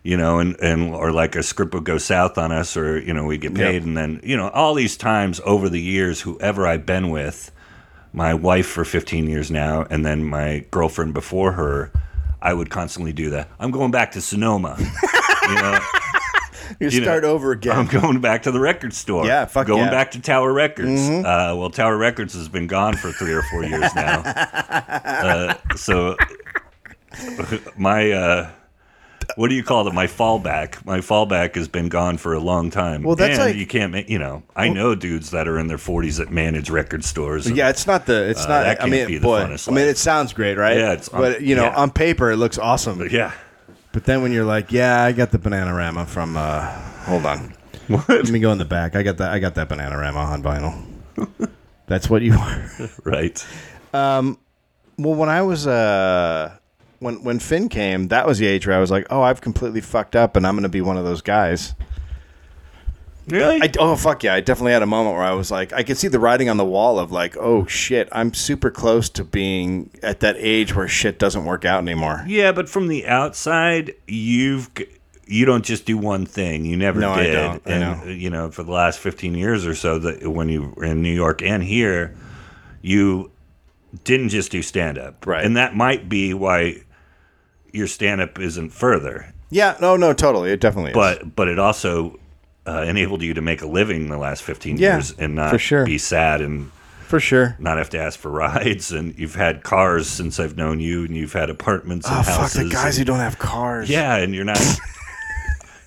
[SPEAKER 2] you know, and, and or like a script would go south on us or, you know, we'd get paid. And then, you know, all these times over the years, whoever I've been with, my wife for 15 years now, and then my girlfriend before her, I would constantly do that. I'm going back to Sonoma. you know?
[SPEAKER 1] you,
[SPEAKER 2] You know,
[SPEAKER 1] start over again
[SPEAKER 2] I'm going back to the record store.
[SPEAKER 1] Yeah, fuck
[SPEAKER 2] Going
[SPEAKER 1] yeah. Mm-hmm.
[SPEAKER 2] back to Tower Records. Uh, well, Tower Records has been gone for three or four years now. uh, so my uh, what do you call it? My fallback. My fallback has been gone for a long time.
[SPEAKER 1] Well, that's
[SPEAKER 2] and
[SPEAKER 1] like-
[SPEAKER 2] you can't. Make, you know, I know dudes that are in their 40s that manage record stores. and-
[SPEAKER 1] Yeah, it's not the. It's not.
[SPEAKER 2] Uh, that
[SPEAKER 1] I mean,
[SPEAKER 2] can't be the
[SPEAKER 1] boy.
[SPEAKER 2] funnest
[SPEAKER 1] I mean,
[SPEAKER 2] life.
[SPEAKER 1] it sounds great, right?
[SPEAKER 2] Yeah, it's on-
[SPEAKER 1] but you know,
[SPEAKER 2] yeah.
[SPEAKER 1] on paper it looks awesome.
[SPEAKER 2] yeah.
[SPEAKER 1] But then when you're like, yeah, I got the Bananarama from. Uh, hold on. Let me go in the back. I got that. I got that Bananarama on vinyl. That's what you are.
[SPEAKER 2] Right.
[SPEAKER 1] Well, when I was uh, when when Finn came, that was the age where I was like, oh, I've completely fucked up, and I'm going to be one of those guys.
[SPEAKER 2] Really?
[SPEAKER 1] I, oh fuck yeah! I definitely had a moment where I was like, I could see the writing on the wall of like, oh shit, I'm super close to being at that age where shit doesn't work out anymore.
[SPEAKER 2] yeah, but from the outside, you've g- you don't just do one thing. You never
[SPEAKER 1] No, I
[SPEAKER 2] did.
[SPEAKER 1] don't. I
[SPEAKER 2] and uh,
[SPEAKER 1] know.
[SPEAKER 2] you know, for the last fifteen years or so, that when you were in New York and here, you didn't just do stand up,
[SPEAKER 1] Right.
[SPEAKER 2] And that might be why your stand up isn't further,
[SPEAKER 1] Yeah, no, no, totally, it definitely. is.
[SPEAKER 2] but but it also uh, enabled you to make a living the last fifteen
[SPEAKER 1] Yeah,
[SPEAKER 2] years and not
[SPEAKER 1] for sure.
[SPEAKER 2] be sad and
[SPEAKER 1] for sure.
[SPEAKER 2] not have to ask for rides and you've had cars since I've known you and you've had apartments and
[SPEAKER 1] Oh fuck
[SPEAKER 2] houses.
[SPEAKER 1] the guys who don't have cars.
[SPEAKER 2] yeah, and you're not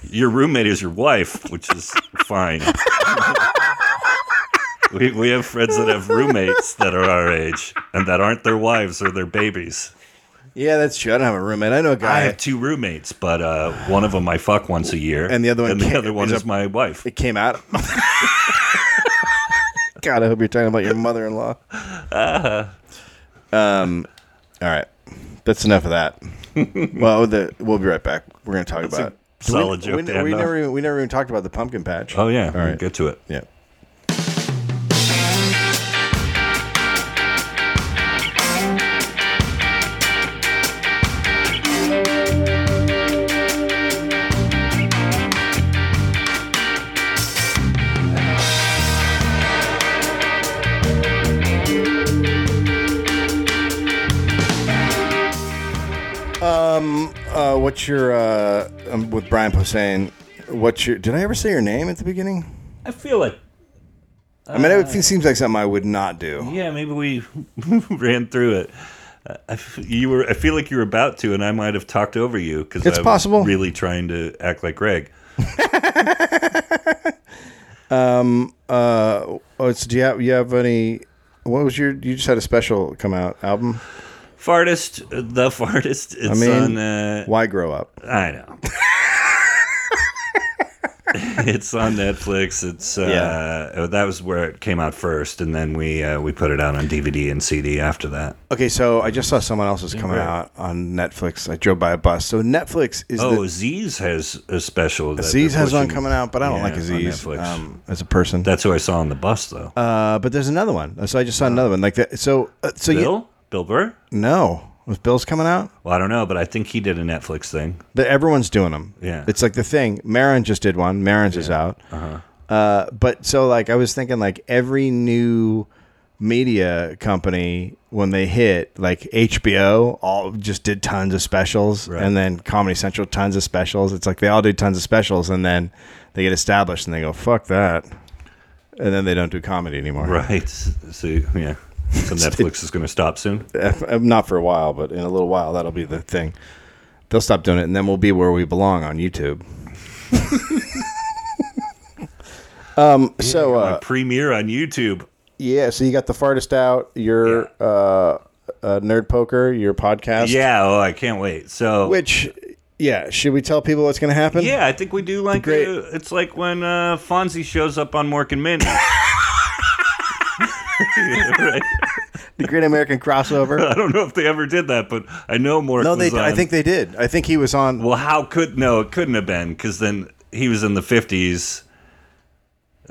[SPEAKER 2] your roommate is your wife, which is fine. we we have friends that have roommates that are our age and that aren't their wives or their babies.
[SPEAKER 1] yeah, that's true. I don't have a roommate. I know a
[SPEAKER 2] I
[SPEAKER 1] guy.
[SPEAKER 2] have two roommates, but uh, one of them I fuck once a year,
[SPEAKER 1] And the other one
[SPEAKER 2] and the
[SPEAKER 1] can't-
[SPEAKER 2] other one
[SPEAKER 1] is
[SPEAKER 2] is,
[SPEAKER 1] a-
[SPEAKER 2] my wife.
[SPEAKER 1] it came out. God, I hope you're talking about your mother-in-law. Um,
[SPEAKER 2] Uh-huh.
[SPEAKER 1] all right, that's enough of that. well, the, we'll be right back. We're gonna talk about
[SPEAKER 2] Solid
[SPEAKER 1] we,
[SPEAKER 2] joke.
[SPEAKER 1] we,
[SPEAKER 2] to end
[SPEAKER 1] we
[SPEAKER 2] on.
[SPEAKER 1] never even, we never even talked about the pumpkin patch.
[SPEAKER 2] oh yeah,
[SPEAKER 1] all right,
[SPEAKER 2] get to it.
[SPEAKER 1] yeah. Uh, what's your uh, um, with Brian Posehn? What's your? Did I ever say your name at the beginning?
[SPEAKER 2] I feel like
[SPEAKER 1] I mean,
[SPEAKER 2] Uh,
[SPEAKER 1] it seems like something I would not do.
[SPEAKER 2] Yeah, maybe we ran through it. Uh, I f- you were. I feel like you were about to, and I might have talked over you because
[SPEAKER 1] It's
[SPEAKER 2] I was
[SPEAKER 1] possible.
[SPEAKER 2] Really trying to act like Greg.
[SPEAKER 1] Uh, oh, so do you have you have any? What was your? You just had a special come out album.
[SPEAKER 2] Fartist, the fartist. It's
[SPEAKER 1] I mean,
[SPEAKER 2] on. Uh,
[SPEAKER 1] why grow up?
[SPEAKER 2] I know. it's on Netflix. It's uh, that was where it came out first, and then we uh, we put it out on DVD and CD after that.
[SPEAKER 1] Okay, so I just saw someone else's coming
[SPEAKER 2] right.
[SPEAKER 1] out on Netflix. I drove by a bus. So Netflix is
[SPEAKER 2] Oh,
[SPEAKER 1] the
[SPEAKER 2] Aziz has a special. that
[SPEAKER 1] Aziz
[SPEAKER 2] they're
[SPEAKER 1] has one
[SPEAKER 2] pushing.
[SPEAKER 1] coming out, but I don't
[SPEAKER 2] Yeah,
[SPEAKER 1] like
[SPEAKER 2] on
[SPEAKER 1] Aziz
[SPEAKER 2] Netflix.
[SPEAKER 1] um, as a person.
[SPEAKER 2] That's who I saw on the bus, though.
[SPEAKER 1] Uh, but there's another one. So I just saw another one like that. So uh, so you
[SPEAKER 2] Oh. Bill, Bill Burr.
[SPEAKER 1] no, was Bill's coming out?
[SPEAKER 2] Well, I don't know, but I think he did a Netflix thing.
[SPEAKER 1] That everyone's doing them.
[SPEAKER 2] Yeah.
[SPEAKER 1] it's like the thing. Marin just did one. Marin's is out. Uh-huh. Uh, but so like I was thinking like every new media company when they hit like HBO all just did tons of specials
[SPEAKER 2] Right.
[SPEAKER 1] and then Comedy Central tons of specials. It's like they all do tons of specials and then they get established and they go fuck that, and then they don't do comedy anymore.
[SPEAKER 2] Right. So, yeah. So Netflix is going to stop soon.
[SPEAKER 1] If- uh, not for a while, but in a little while, that'll be the thing. They'll stop doing it, and then we'll be where we belong on YouTube. um. So,
[SPEAKER 2] My
[SPEAKER 1] uh,
[SPEAKER 2] premiere on YouTube.
[SPEAKER 1] yeah. So you got the fartest out. Your uh, uh, nerd poker. Your podcast.
[SPEAKER 2] Yeah. Oh, I can't wait. So,
[SPEAKER 1] Which, yeah. Should we tell people what's going to happen?
[SPEAKER 2] yeah, I think we do like
[SPEAKER 1] Great.
[SPEAKER 2] uh, it's like when uh, Fonzie shows up on Mork and Mindy. Right.
[SPEAKER 1] The Great American Crossover.
[SPEAKER 2] I don't know if they ever did that, but I know Mork.
[SPEAKER 1] no, they.
[SPEAKER 2] was on-
[SPEAKER 1] I think they did. I think he was on.
[SPEAKER 2] Well, how could no? It couldn't have been because then he was in the fifties.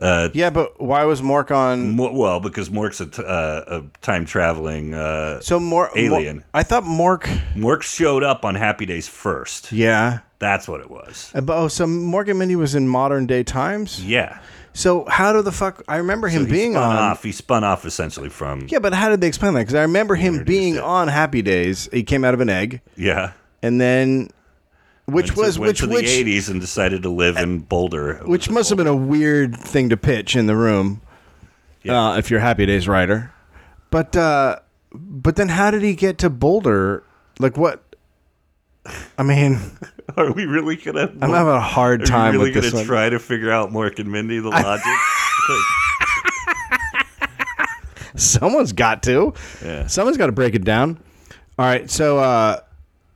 [SPEAKER 1] yeah, but why was Mork on?
[SPEAKER 2] Well, because Mork's a, t- uh, a time traveling. Uh,
[SPEAKER 1] So Mork.
[SPEAKER 2] Alien.
[SPEAKER 1] I thought Mork.
[SPEAKER 2] Mork showed up on Happy Days first.
[SPEAKER 1] Yeah.
[SPEAKER 2] That's what it was.
[SPEAKER 1] Uh, but- Oh, so Morgan Mindy was in modern day times.
[SPEAKER 2] Yeah.
[SPEAKER 1] So how do the fuck? I remember him
[SPEAKER 2] He
[SPEAKER 1] being
[SPEAKER 2] spun
[SPEAKER 1] on.
[SPEAKER 2] off. He spun off essentially from
[SPEAKER 1] Yeah, but how did they explain that? Because I remember him being on Happy Days. He came out of an egg,
[SPEAKER 2] yeah.
[SPEAKER 1] and then, which
[SPEAKER 2] Went to-
[SPEAKER 1] was
[SPEAKER 2] went
[SPEAKER 1] which
[SPEAKER 2] to the
[SPEAKER 1] which
[SPEAKER 2] eighties and decided to live in Boulder.
[SPEAKER 1] which must have been a weird thing to pitch in the room, uh, if you're a Happy Days writer. But uh, but then how did he get to Boulder? Like what? I mean,
[SPEAKER 2] Are we really gonna?
[SPEAKER 1] I'm having a hard
[SPEAKER 2] are
[SPEAKER 1] time
[SPEAKER 2] we really
[SPEAKER 1] with this
[SPEAKER 2] gonna
[SPEAKER 1] one.
[SPEAKER 2] try to figure out Mork and Mindy the logic?
[SPEAKER 1] Someone's got to.
[SPEAKER 2] Yeah.
[SPEAKER 1] Someone's got to break it down. All right, so uh,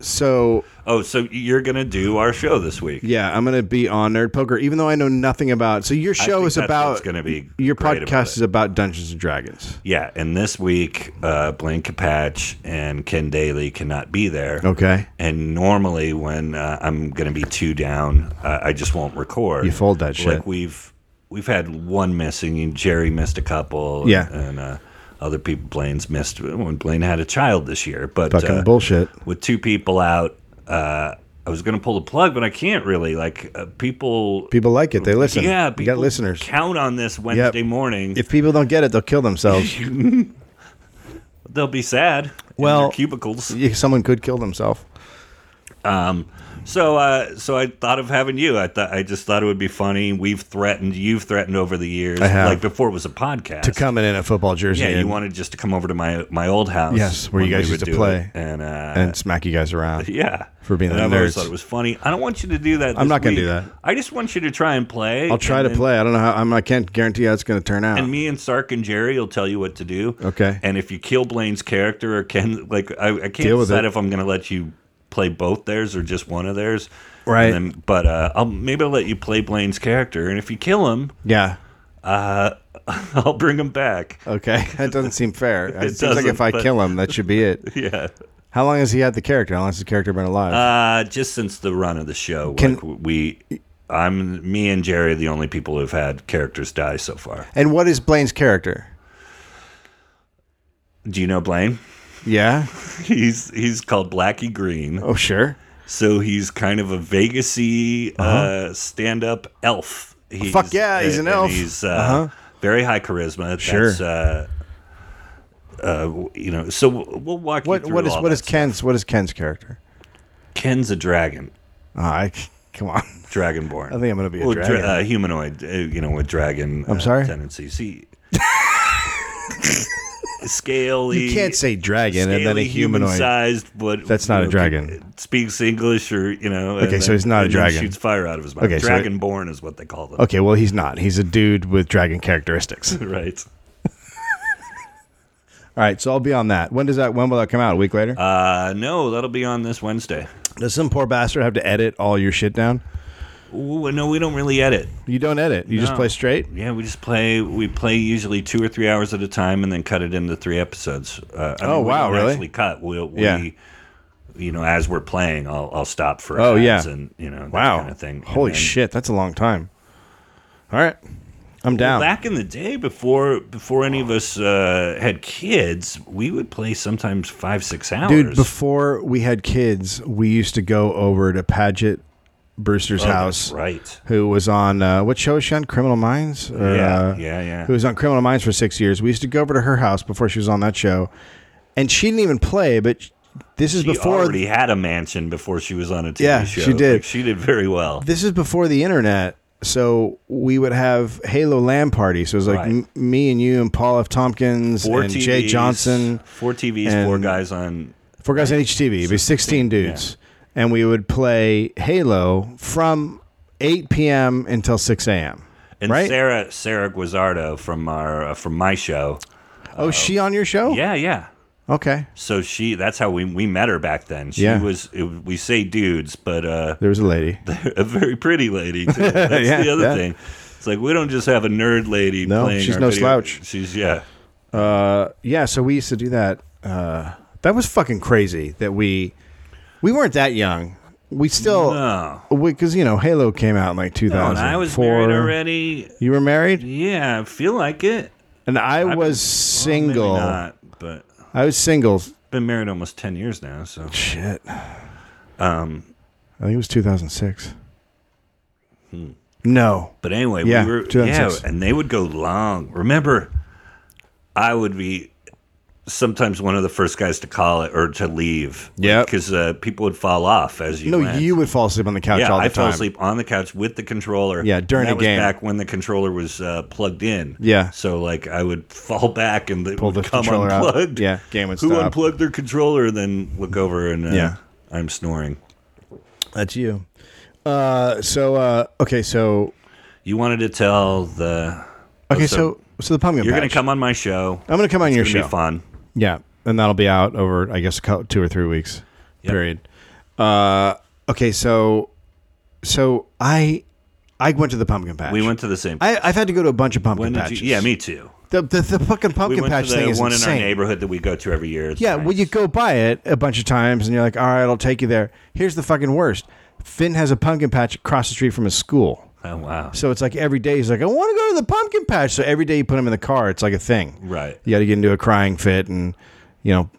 [SPEAKER 1] so
[SPEAKER 2] oh, so you're gonna do our show this week?
[SPEAKER 1] Yeah, I'm gonna be on Nerd Poker, even though I know nothing about. So your
[SPEAKER 2] I
[SPEAKER 1] show
[SPEAKER 2] think
[SPEAKER 1] is
[SPEAKER 2] that's
[SPEAKER 1] about
[SPEAKER 2] what's gonna be
[SPEAKER 1] your
[SPEAKER 2] great about
[SPEAKER 1] podcast
[SPEAKER 2] it.
[SPEAKER 1] is about Dungeons and Dragons.
[SPEAKER 2] Yeah, and this week, uh, Blaine Capatch and Ken Daly cannot be there.
[SPEAKER 1] Okay,
[SPEAKER 2] And normally, when uh, I'm going to be too down, uh, I just won't record.
[SPEAKER 1] You fold that shit.
[SPEAKER 2] Like we've we- we've had one missing. and Jerry missed a couple. and-
[SPEAKER 1] Yeah.
[SPEAKER 2] and uh, other people Blaine's missed when Blaine had a child this year. But
[SPEAKER 1] Fucking
[SPEAKER 2] uh,
[SPEAKER 1] bullshit.
[SPEAKER 2] with two people out, uh, I was gonna pull the plug, but I can't really. Like uh, people,
[SPEAKER 1] People like it. They listen.
[SPEAKER 2] yeah,
[SPEAKER 1] you
[SPEAKER 2] people
[SPEAKER 1] got listeners.
[SPEAKER 2] Count on this Wednesday morning.
[SPEAKER 1] If people don't get it, they'll kill themselves.
[SPEAKER 2] They'll be sad. in
[SPEAKER 1] Well-
[SPEAKER 2] their cubicles.
[SPEAKER 1] Yeah, Someone could kill themselves.
[SPEAKER 2] So, uh, so I thought of having you. I thought I just thought it would be funny. We've threatened, you've threatened over the years.
[SPEAKER 1] I have.
[SPEAKER 2] Like before, it was a podcast.
[SPEAKER 1] To coming in a football jersey
[SPEAKER 2] yeah, you
[SPEAKER 1] and,
[SPEAKER 2] wanted just to come over to my my old house.
[SPEAKER 1] Yes, where you
[SPEAKER 2] when
[SPEAKER 1] guys
[SPEAKER 2] we
[SPEAKER 1] used
[SPEAKER 2] would
[SPEAKER 1] to
[SPEAKER 2] do
[SPEAKER 1] play.
[SPEAKER 2] it. and uh,
[SPEAKER 1] and smack you guys around.
[SPEAKER 2] yeah,
[SPEAKER 1] for being
[SPEAKER 2] and
[SPEAKER 1] the
[SPEAKER 2] I've always
[SPEAKER 1] nerds.
[SPEAKER 2] thought it was funny. I don't want you to do that.
[SPEAKER 1] I'm
[SPEAKER 2] this
[SPEAKER 1] not gonna
[SPEAKER 2] week.
[SPEAKER 1] do that.
[SPEAKER 2] I just want you to try and play.
[SPEAKER 1] I'll try
[SPEAKER 2] and
[SPEAKER 1] to
[SPEAKER 2] then-
[SPEAKER 1] play. I don't know how. I'm, I can't guarantee how it's going to turn out.
[SPEAKER 2] And me and Sark and Jerry will tell you what to do.
[SPEAKER 1] Okay.
[SPEAKER 2] And if you kill Blaine's character or Ken, like I, I can't
[SPEAKER 1] Deal with
[SPEAKER 2] decide
[SPEAKER 1] it.
[SPEAKER 2] if I'm going to let you play both theirs or just one of theirs.
[SPEAKER 1] Right.
[SPEAKER 2] And then, but uh, I'll maybe I'll let you play Blaine's character, and if you kill him,
[SPEAKER 1] yeah.
[SPEAKER 2] I'll bring him back.
[SPEAKER 1] Okay. That doesn't seem fair. It, seems like
[SPEAKER 2] doesn't,
[SPEAKER 1] if I
[SPEAKER 2] but-
[SPEAKER 1] kill him, that should be it.
[SPEAKER 2] Yeah.
[SPEAKER 1] How long has he had the character? How long has the character been alive?
[SPEAKER 2] Uh, just since the run of the show,
[SPEAKER 1] Can-
[SPEAKER 2] like we, I'm me and Jerry are the only people who've had characters die so far.
[SPEAKER 1] and what is Blaine's character?
[SPEAKER 2] Do you know Blaine?
[SPEAKER 1] Yeah.
[SPEAKER 2] He's he's called Blackie Green.
[SPEAKER 1] Oh, sure.
[SPEAKER 2] So he's kind of a Vegasy uh stand-up elf. He's,
[SPEAKER 1] Uh-huh. Oh, Fuck yeah, he's an
[SPEAKER 2] and
[SPEAKER 1] elf. Uh-huh.
[SPEAKER 2] He's uh, very high charisma.
[SPEAKER 1] Sure.
[SPEAKER 2] That's, uh, uh, you know, so we'll walk you
[SPEAKER 1] What
[SPEAKER 2] through
[SPEAKER 1] what is
[SPEAKER 2] all
[SPEAKER 1] what
[SPEAKER 2] that
[SPEAKER 1] is Ken's what is Ken's character?
[SPEAKER 2] stuff. Ken's a dragon,
[SPEAKER 1] Uh, I come on.
[SPEAKER 2] dragonborn.
[SPEAKER 1] I think I'm gonna be a
[SPEAKER 2] Well,
[SPEAKER 1] dragon.
[SPEAKER 2] uh, humanoid, uh, you know, with dragon. uh, I'm
[SPEAKER 1] sorry?
[SPEAKER 2] Tendencies. He scaly.
[SPEAKER 1] You can't say dragon and then a humanoid.
[SPEAKER 2] sized, but
[SPEAKER 1] That's not
[SPEAKER 2] you
[SPEAKER 1] a
[SPEAKER 2] know,
[SPEAKER 1] dragon.
[SPEAKER 2] can- Speaks English, or you know.
[SPEAKER 1] Okay, so he's not a dragon.
[SPEAKER 2] Shoots fire out of his mouth.
[SPEAKER 1] Okay, so-
[SPEAKER 2] dragonborn is what they call them.
[SPEAKER 1] Okay, well he's not. He's a dude with dragon characteristics. All
[SPEAKER 2] Right.
[SPEAKER 1] right, so I'll be on that. When does that? When will that come out? A week later?
[SPEAKER 2] Uh, no, that'll be on this Wednesday.
[SPEAKER 1] does some poor bastard have to edit all your shit down?
[SPEAKER 2] Ooh, no, we don't really edit.
[SPEAKER 1] You don't edit. You just
[SPEAKER 2] No.
[SPEAKER 1] play straight.
[SPEAKER 2] Yeah, we just play. We play usually two or three hours at a time, and then cut it into three episodes. Uh, I
[SPEAKER 1] Oh,
[SPEAKER 2] we
[SPEAKER 1] wow,
[SPEAKER 2] don't
[SPEAKER 1] really?
[SPEAKER 2] Actually, cut. We'll, we,
[SPEAKER 1] Yeah.
[SPEAKER 2] you know, as we're playing, I'll, I'll stop for.
[SPEAKER 1] Oh,
[SPEAKER 2] ads
[SPEAKER 1] yeah.
[SPEAKER 2] and you know, that
[SPEAKER 1] Wow.
[SPEAKER 2] kind of thing. And
[SPEAKER 1] Holy
[SPEAKER 2] then-
[SPEAKER 1] shit, that's a long time. All right, I'm down.
[SPEAKER 2] Back in the day, before before any of us uh, had kids, we would play sometimes five six hours.
[SPEAKER 1] Dude, before we had kids, we used to go over to Paget Brewster's
[SPEAKER 2] Oh,
[SPEAKER 1] house,
[SPEAKER 2] right?
[SPEAKER 1] who was on uh, what show was she on? Criminal Minds. Or,
[SPEAKER 2] Yeah,
[SPEAKER 1] uh,
[SPEAKER 2] yeah, yeah.
[SPEAKER 1] Who was on Criminal Minds for six years? We used to go over to her house before she was on that show, and she didn't even play. But this is
[SPEAKER 2] She
[SPEAKER 1] before
[SPEAKER 2] already had a mansion before she was on a TV
[SPEAKER 1] Yeah,
[SPEAKER 2] show.
[SPEAKER 1] she did.
[SPEAKER 2] Like, she did very well.
[SPEAKER 1] this is before the internet. So we would have Halo LAN parties. So it was like
[SPEAKER 2] Right.
[SPEAKER 1] m- me and you and Paul F. Tompkins
[SPEAKER 2] Four
[SPEAKER 1] and Jay
[SPEAKER 2] TVs,
[SPEAKER 1] Johnson.
[SPEAKER 2] four TVs,
[SPEAKER 1] and-
[SPEAKER 2] four guys on
[SPEAKER 1] Four guys on each TV. It'd be 16 dudes. And we would play Halo from 8 p.m. until 6 a.m.
[SPEAKER 2] And
[SPEAKER 1] Right?
[SPEAKER 2] Sarah Sarah Guizzardo from our uh, from my show.
[SPEAKER 1] Oh, is she on your show?
[SPEAKER 2] Uh, Yeah, yeah.
[SPEAKER 1] Okay.
[SPEAKER 2] So she that's how we we met her back then. She
[SPEAKER 1] Yeah.
[SPEAKER 2] was it, we say dudes, but uh,
[SPEAKER 1] There was a lady.
[SPEAKER 2] a very pretty lady. Too. That's
[SPEAKER 1] Yeah,
[SPEAKER 2] the other
[SPEAKER 1] yeah.
[SPEAKER 2] thing. It's like we don't just have a nerd lady.
[SPEAKER 1] No,
[SPEAKER 2] playing
[SPEAKER 1] she's
[SPEAKER 2] our
[SPEAKER 1] no
[SPEAKER 2] video-
[SPEAKER 1] slouch.
[SPEAKER 2] She's yeah.
[SPEAKER 1] Uh, Yeah, so we used to do that. Uh, that was fucking crazy that we we weren't that young. We still
[SPEAKER 2] No.
[SPEAKER 1] because you know Halo came out in like
[SPEAKER 2] Oh,
[SPEAKER 1] 2004.
[SPEAKER 2] and I was married already.
[SPEAKER 1] You were married,
[SPEAKER 2] Yeah, I feel like it.
[SPEAKER 1] and I was
[SPEAKER 2] Well, maybe
[SPEAKER 1] single.
[SPEAKER 2] not, but
[SPEAKER 1] I was single.
[SPEAKER 2] been married almost ten years now. So
[SPEAKER 1] Shit. Um,
[SPEAKER 2] Um,
[SPEAKER 1] I think it was 2006.
[SPEAKER 2] Hmm.
[SPEAKER 1] No,
[SPEAKER 2] But anyway,
[SPEAKER 1] Yeah,
[SPEAKER 2] we were yeah,
[SPEAKER 1] 2006.
[SPEAKER 2] and they would go long. Remember, I would be sometimes one of the first guys to call it or to leave.
[SPEAKER 1] Yep.
[SPEAKER 2] because uh, people would fall off as you.
[SPEAKER 1] no,
[SPEAKER 2] went.
[SPEAKER 1] you would fall asleep on the couch
[SPEAKER 2] Yeah,
[SPEAKER 1] all the
[SPEAKER 2] I
[SPEAKER 1] time.
[SPEAKER 2] fell asleep on the couch with the controller.
[SPEAKER 1] Yeah, during
[SPEAKER 2] and that
[SPEAKER 1] a
[SPEAKER 2] was
[SPEAKER 1] game.
[SPEAKER 2] Back when the controller was uh, plugged in.
[SPEAKER 1] Yeah.
[SPEAKER 2] So like I would fall back and they
[SPEAKER 1] Pull
[SPEAKER 2] would
[SPEAKER 1] the
[SPEAKER 2] come
[SPEAKER 1] controller out.
[SPEAKER 2] unplugged.
[SPEAKER 1] Yeah, game would
[SPEAKER 2] Who
[SPEAKER 1] stop.
[SPEAKER 2] unplugged their controller and then look over and uh,
[SPEAKER 1] Yeah.
[SPEAKER 2] I'm snoring.
[SPEAKER 1] That's you. Uh, so uh, okay, so
[SPEAKER 2] You wanted to tell the
[SPEAKER 1] okay,
[SPEAKER 2] Oh,
[SPEAKER 1] so so the pumpkin.
[SPEAKER 2] you're
[SPEAKER 1] patch.
[SPEAKER 2] going to come on my show.
[SPEAKER 1] I'm gonna come on your
[SPEAKER 2] It's gonna
[SPEAKER 1] show.
[SPEAKER 2] be fun.
[SPEAKER 1] Yeah, and that'll be out over I guess a cou- two or three weeks. Period. Uh, okay, so so I I went to the pumpkin patch.
[SPEAKER 2] We went to the same.
[SPEAKER 1] I, I've had to go to a bunch of pumpkin
[SPEAKER 2] When did
[SPEAKER 1] patches.
[SPEAKER 2] you, yeah, me too.
[SPEAKER 1] The, the, the fucking
[SPEAKER 2] We
[SPEAKER 1] pumpkin
[SPEAKER 2] went
[SPEAKER 1] patch
[SPEAKER 2] to
[SPEAKER 1] thing
[SPEAKER 2] the
[SPEAKER 1] is
[SPEAKER 2] one
[SPEAKER 1] insane.
[SPEAKER 2] in our neighborhood that we go to every year. It's
[SPEAKER 1] yeah,
[SPEAKER 2] nice.
[SPEAKER 1] well, you go by it a bunch of times, and you're like, all right, I'll take you there. Here's the fucking worst. Finn has a pumpkin patch across the street from his school.
[SPEAKER 2] Oh wow.
[SPEAKER 1] So it's like every day he's like, I want to go to the pumpkin patch. So every day you put him in the car, it's like a thing.
[SPEAKER 2] Right.
[SPEAKER 1] You got to get into a crying fit and, you know,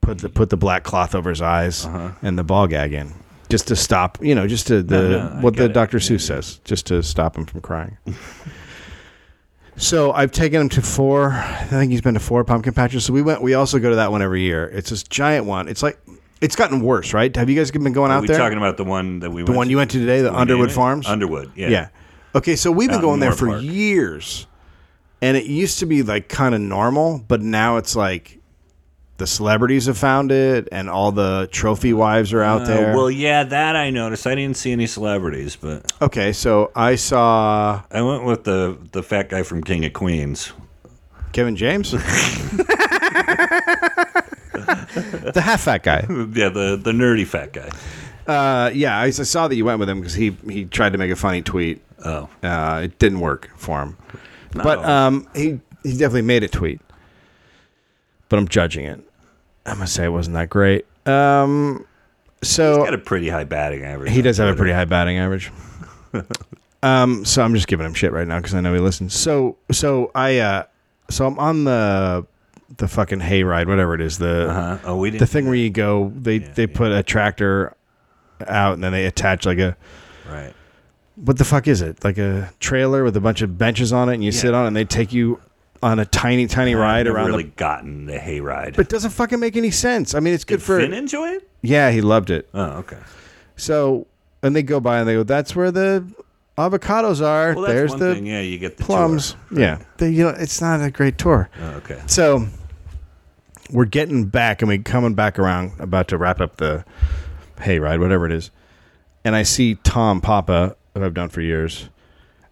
[SPEAKER 1] put the put the black cloth over his eyes and the ball gag in, just to stop. You know, just to the
[SPEAKER 2] Uh-huh. no, I
[SPEAKER 1] what the
[SPEAKER 2] get it.
[SPEAKER 1] Dr. Seuss says, just to stop him from crying. so I've taken him to four. I think he's been to four pumpkin patches. So we went. We also go to that one every year. It's this giant one. It's like it's gotten worse, right? Have you guys been going
[SPEAKER 2] Are
[SPEAKER 1] out
[SPEAKER 2] we
[SPEAKER 1] there?
[SPEAKER 2] talking about the one that we
[SPEAKER 1] the one you went to today, the Underwood Farms.
[SPEAKER 2] Underwood. Yeah.
[SPEAKER 1] Yeah. Okay, so we've been
[SPEAKER 2] Out in
[SPEAKER 1] going there
[SPEAKER 2] Moore
[SPEAKER 1] for
[SPEAKER 2] Park.
[SPEAKER 1] years. And it used to be like kind of normal, but now it's like the celebrities have found it and all the trophy wives are out
[SPEAKER 2] Uh,
[SPEAKER 1] there.
[SPEAKER 2] well, yeah, that I noticed. I didn't see any celebrities, but
[SPEAKER 1] okay, so I saw
[SPEAKER 2] I went with the the fat guy from King of Queens.
[SPEAKER 1] Kevin James. the half fat guy.
[SPEAKER 2] Yeah, the the nerdy fat guy.
[SPEAKER 1] Uh, yeah, I s- I saw that you went with him because he, he tried to make a funny tweet.
[SPEAKER 2] Oh,
[SPEAKER 1] Uh, it didn't work for him. But um, he he definitely made a tweet. But I'm judging it. I'm gonna say it wasn't that great. Um, so
[SPEAKER 2] got a pretty high batting average.
[SPEAKER 1] he does have a pretty high batting average. um, so I'm just giving him shit right now because I know he listens. So so I uh, so I'm on the the fucking hayride, whatever it is, the
[SPEAKER 2] Uh-huh. Oh, we didn't.
[SPEAKER 1] the thing where you go. They they put a tractor out and then they attach like a
[SPEAKER 2] Right.
[SPEAKER 1] what the fuck is it? Like a trailer with a bunch of benches on it, and you sit on it, and they take you on a tiny, tiny ride
[SPEAKER 2] I've
[SPEAKER 1] around.
[SPEAKER 2] really
[SPEAKER 1] The,
[SPEAKER 2] gotten the hayride.
[SPEAKER 1] but it doesn't fucking make any sense. I mean, it's good for.
[SPEAKER 2] Finn enjoy it?
[SPEAKER 1] Yeah, he loved it.
[SPEAKER 2] Oh, okay.
[SPEAKER 1] So, and they go by and they go, "That's where the avocados are.
[SPEAKER 2] Well, that's
[SPEAKER 1] There's
[SPEAKER 2] one
[SPEAKER 1] the
[SPEAKER 2] thing. Yeah, you get the
[SPEAKER 1] plums."
[SPEAKER 2] tour.
[SPEAKER 1] Yeah, they, you know, it's not a great tour.
[SPEAKER 2] Oh, okay.
[SPEAKER 1] So, we're getting back, and we're coming back around, about to wrap up the hayride, whatever it is. And I see Tom Papa, who I've done for years.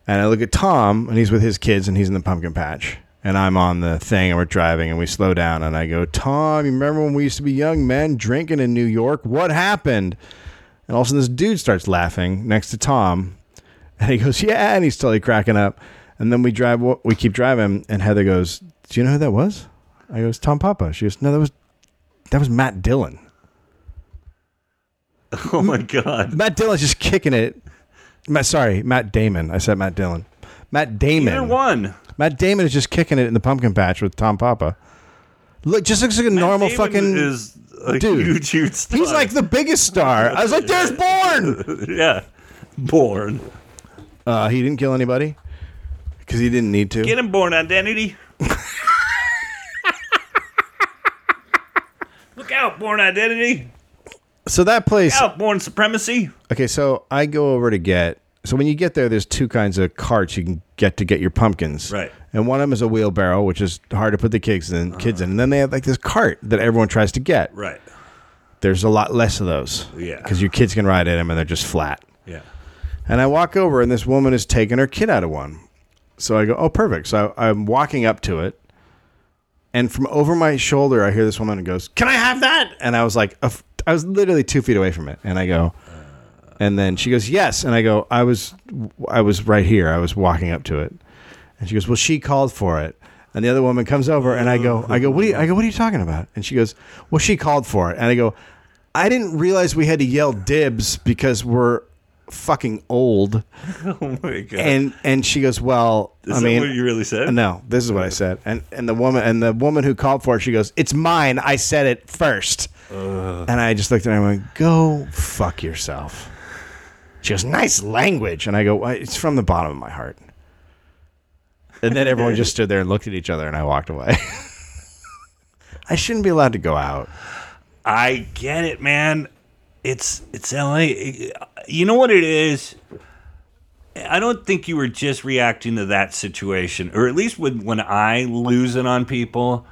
[SPEAKER 1] And I look at Tom, and he's with his kids, and he's in the pumpkin patch. And I'm on the thing, and we're driving, and we slow down. And I go, Tom, you remember when we used to be young men drinking in New York? What happened? And all of a sudden, this dude starts laughing next to Tom. And he goes, Yeah. And he's totally cracking up. And then we drive, we keep driving. And Heather goes, Do you know who that was? I goes, Tom Papa. She goes, No, that was, that was Matt Dillon.
[SPEAKER 2] Oh my god.
[SPEAKER 1] Matt Dillon's just kicking it. Matt, sorry, Matt Damon. I said Matt Dillon. Matt
[SPEAKER 2] Either
[SPEAKER 1] Damon.
[SPEAKER 2] one.
[SPEAKER 1] Matt Damon is just kicking it in the pumpkin patch with Tom Papa. Look, just looks like a normal
[SPEAKER 2] Damon
[SPEAKER 1] fucking.
[SPEAKER 2] is uh, a
[SPEAKER 1] dude.
[SPEAKER 2] huge, huge star.
[SPEAKER 1] he's like the biggest star. I was like, "There's Bourne."
[SPEAKER 2] yeah, born.
[SPEAKER 1] Uh, he didn't kill anybody because he didn't need to.
[SPEAKER 2] Get him born identity. Look out, born identity.
[SPEAKER 1] so that place.
[SPEAKER 2] Out, born supremacy.
[SPEAKER 1] Okay, so I go over to get. So when you get there, there's two kinds of carts you can get to get your pumpkins.
[SPEAKER 2] Right.
[SPEAKER 1] And one of them is a wheelbarrow, which is hard to put the kids in. Kids in, and then they have like this cart that everyone tries to get.
[SPEAKER 2] Right.
[SPEAKER 1] there's a lot less of those.
[SPEAKER 2] Yeah.
[SPEAKER 1] Because your kids can ride in them and they're just flat.
[SPEAKER 2] Yeah.
[SPEAKER 1] And I walk over and this woman is taking her kid out of one. So I go, oh, perfect. So I, I'm walking up to it. And from over my shoulder, I hear this woman and goes, can I have that? And I was like, a f- I was literally two feet away from it. And I go, and then she goes, yes. And I go, I was, I was right here. I was walking up to it. And she goes, well, she called for it. And the other woman comes over and I go, I go, what are you, I go, what are you talking about? And she goes, well, she called for it. And I go, I didn't realize we had to yell dibs because we're fucking old.
[SPEAKER 2] Oh my god.
[SPEAKER 1] And, and she goes, well,
[SPEAKER 2] is
[SPEAKER 1] I
[SPEAKER 2] that
[SPEAKER 1] mean,
[SPEAKER 2] what you really said?
[SPEAKER 1] no, this is what I said. And and the woman and the woman who called for it, she goes, "It's mine. I said it first. And I just looked at her and went, "Go fuck yourself." She goes, "Nice language." And I go, "Why, "It's from the bottom of my heart." And then everyone just stood there and looked at each other, and I walked away. I shouldn't be allowed to go out.
[SPEAKER 2] I get it, man. It's it's LA. You know what it is? I don't think you were just reacting to that situation, or at least when when I lose it on people,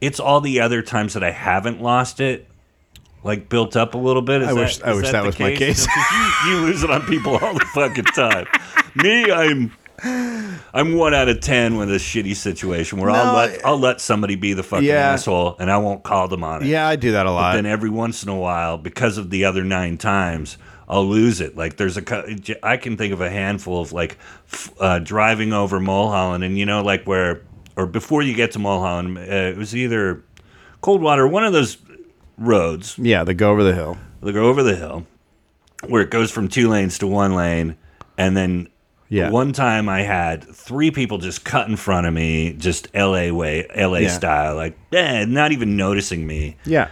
[SPEAKER 2] it's all the other times that I haven't lost it, like built up a little bit. Is
[SPEAKER 1] I wish-
[SPEAKER 2] that,
[SPEAKER 1] I
[SPEAKER 2] is
[SPEAKER 1] wish that
[SPEAKER 2] the
[SPEAKER 1] was my case.
[SPEAKER 2] 'Cause you, you lose it on people all the fucking time. Me, I'm. I'm one out of ten with a shitty situation where I'll
[SPEAKER 1] No,
[SPEAKER 2] let I'll let somebody be the fucking
[SPEAKER 1] Yeah.
[SPEAKER 2] asshole and I won't call them on it
[SPEAKER 1] Yeah, I do that a lot.
[SPEAKER 2] then every once in a while, because of the other nine times, I'll lose it. Like there's a, cou- I can think of a handful of like f- uh, driving over Mulholland, and you know, like where or before you get to Mulholland, uh, it was either Coldwater, one of those roads
[SPEAKER 1] yeah, the go over the hill.
[SPEAKER 2] they go over the hill where it goes from two lanes to one lane and then
[SPEAKER 1] Yeah.
[SPEAKER 2] One time I had three people just cut in front of me, just LA way, LA
[SPEAKER 1] Yeah.
[SPEAKER 2] style, like, eh, not even noticing me.
[SPEAKER 1] Yeah.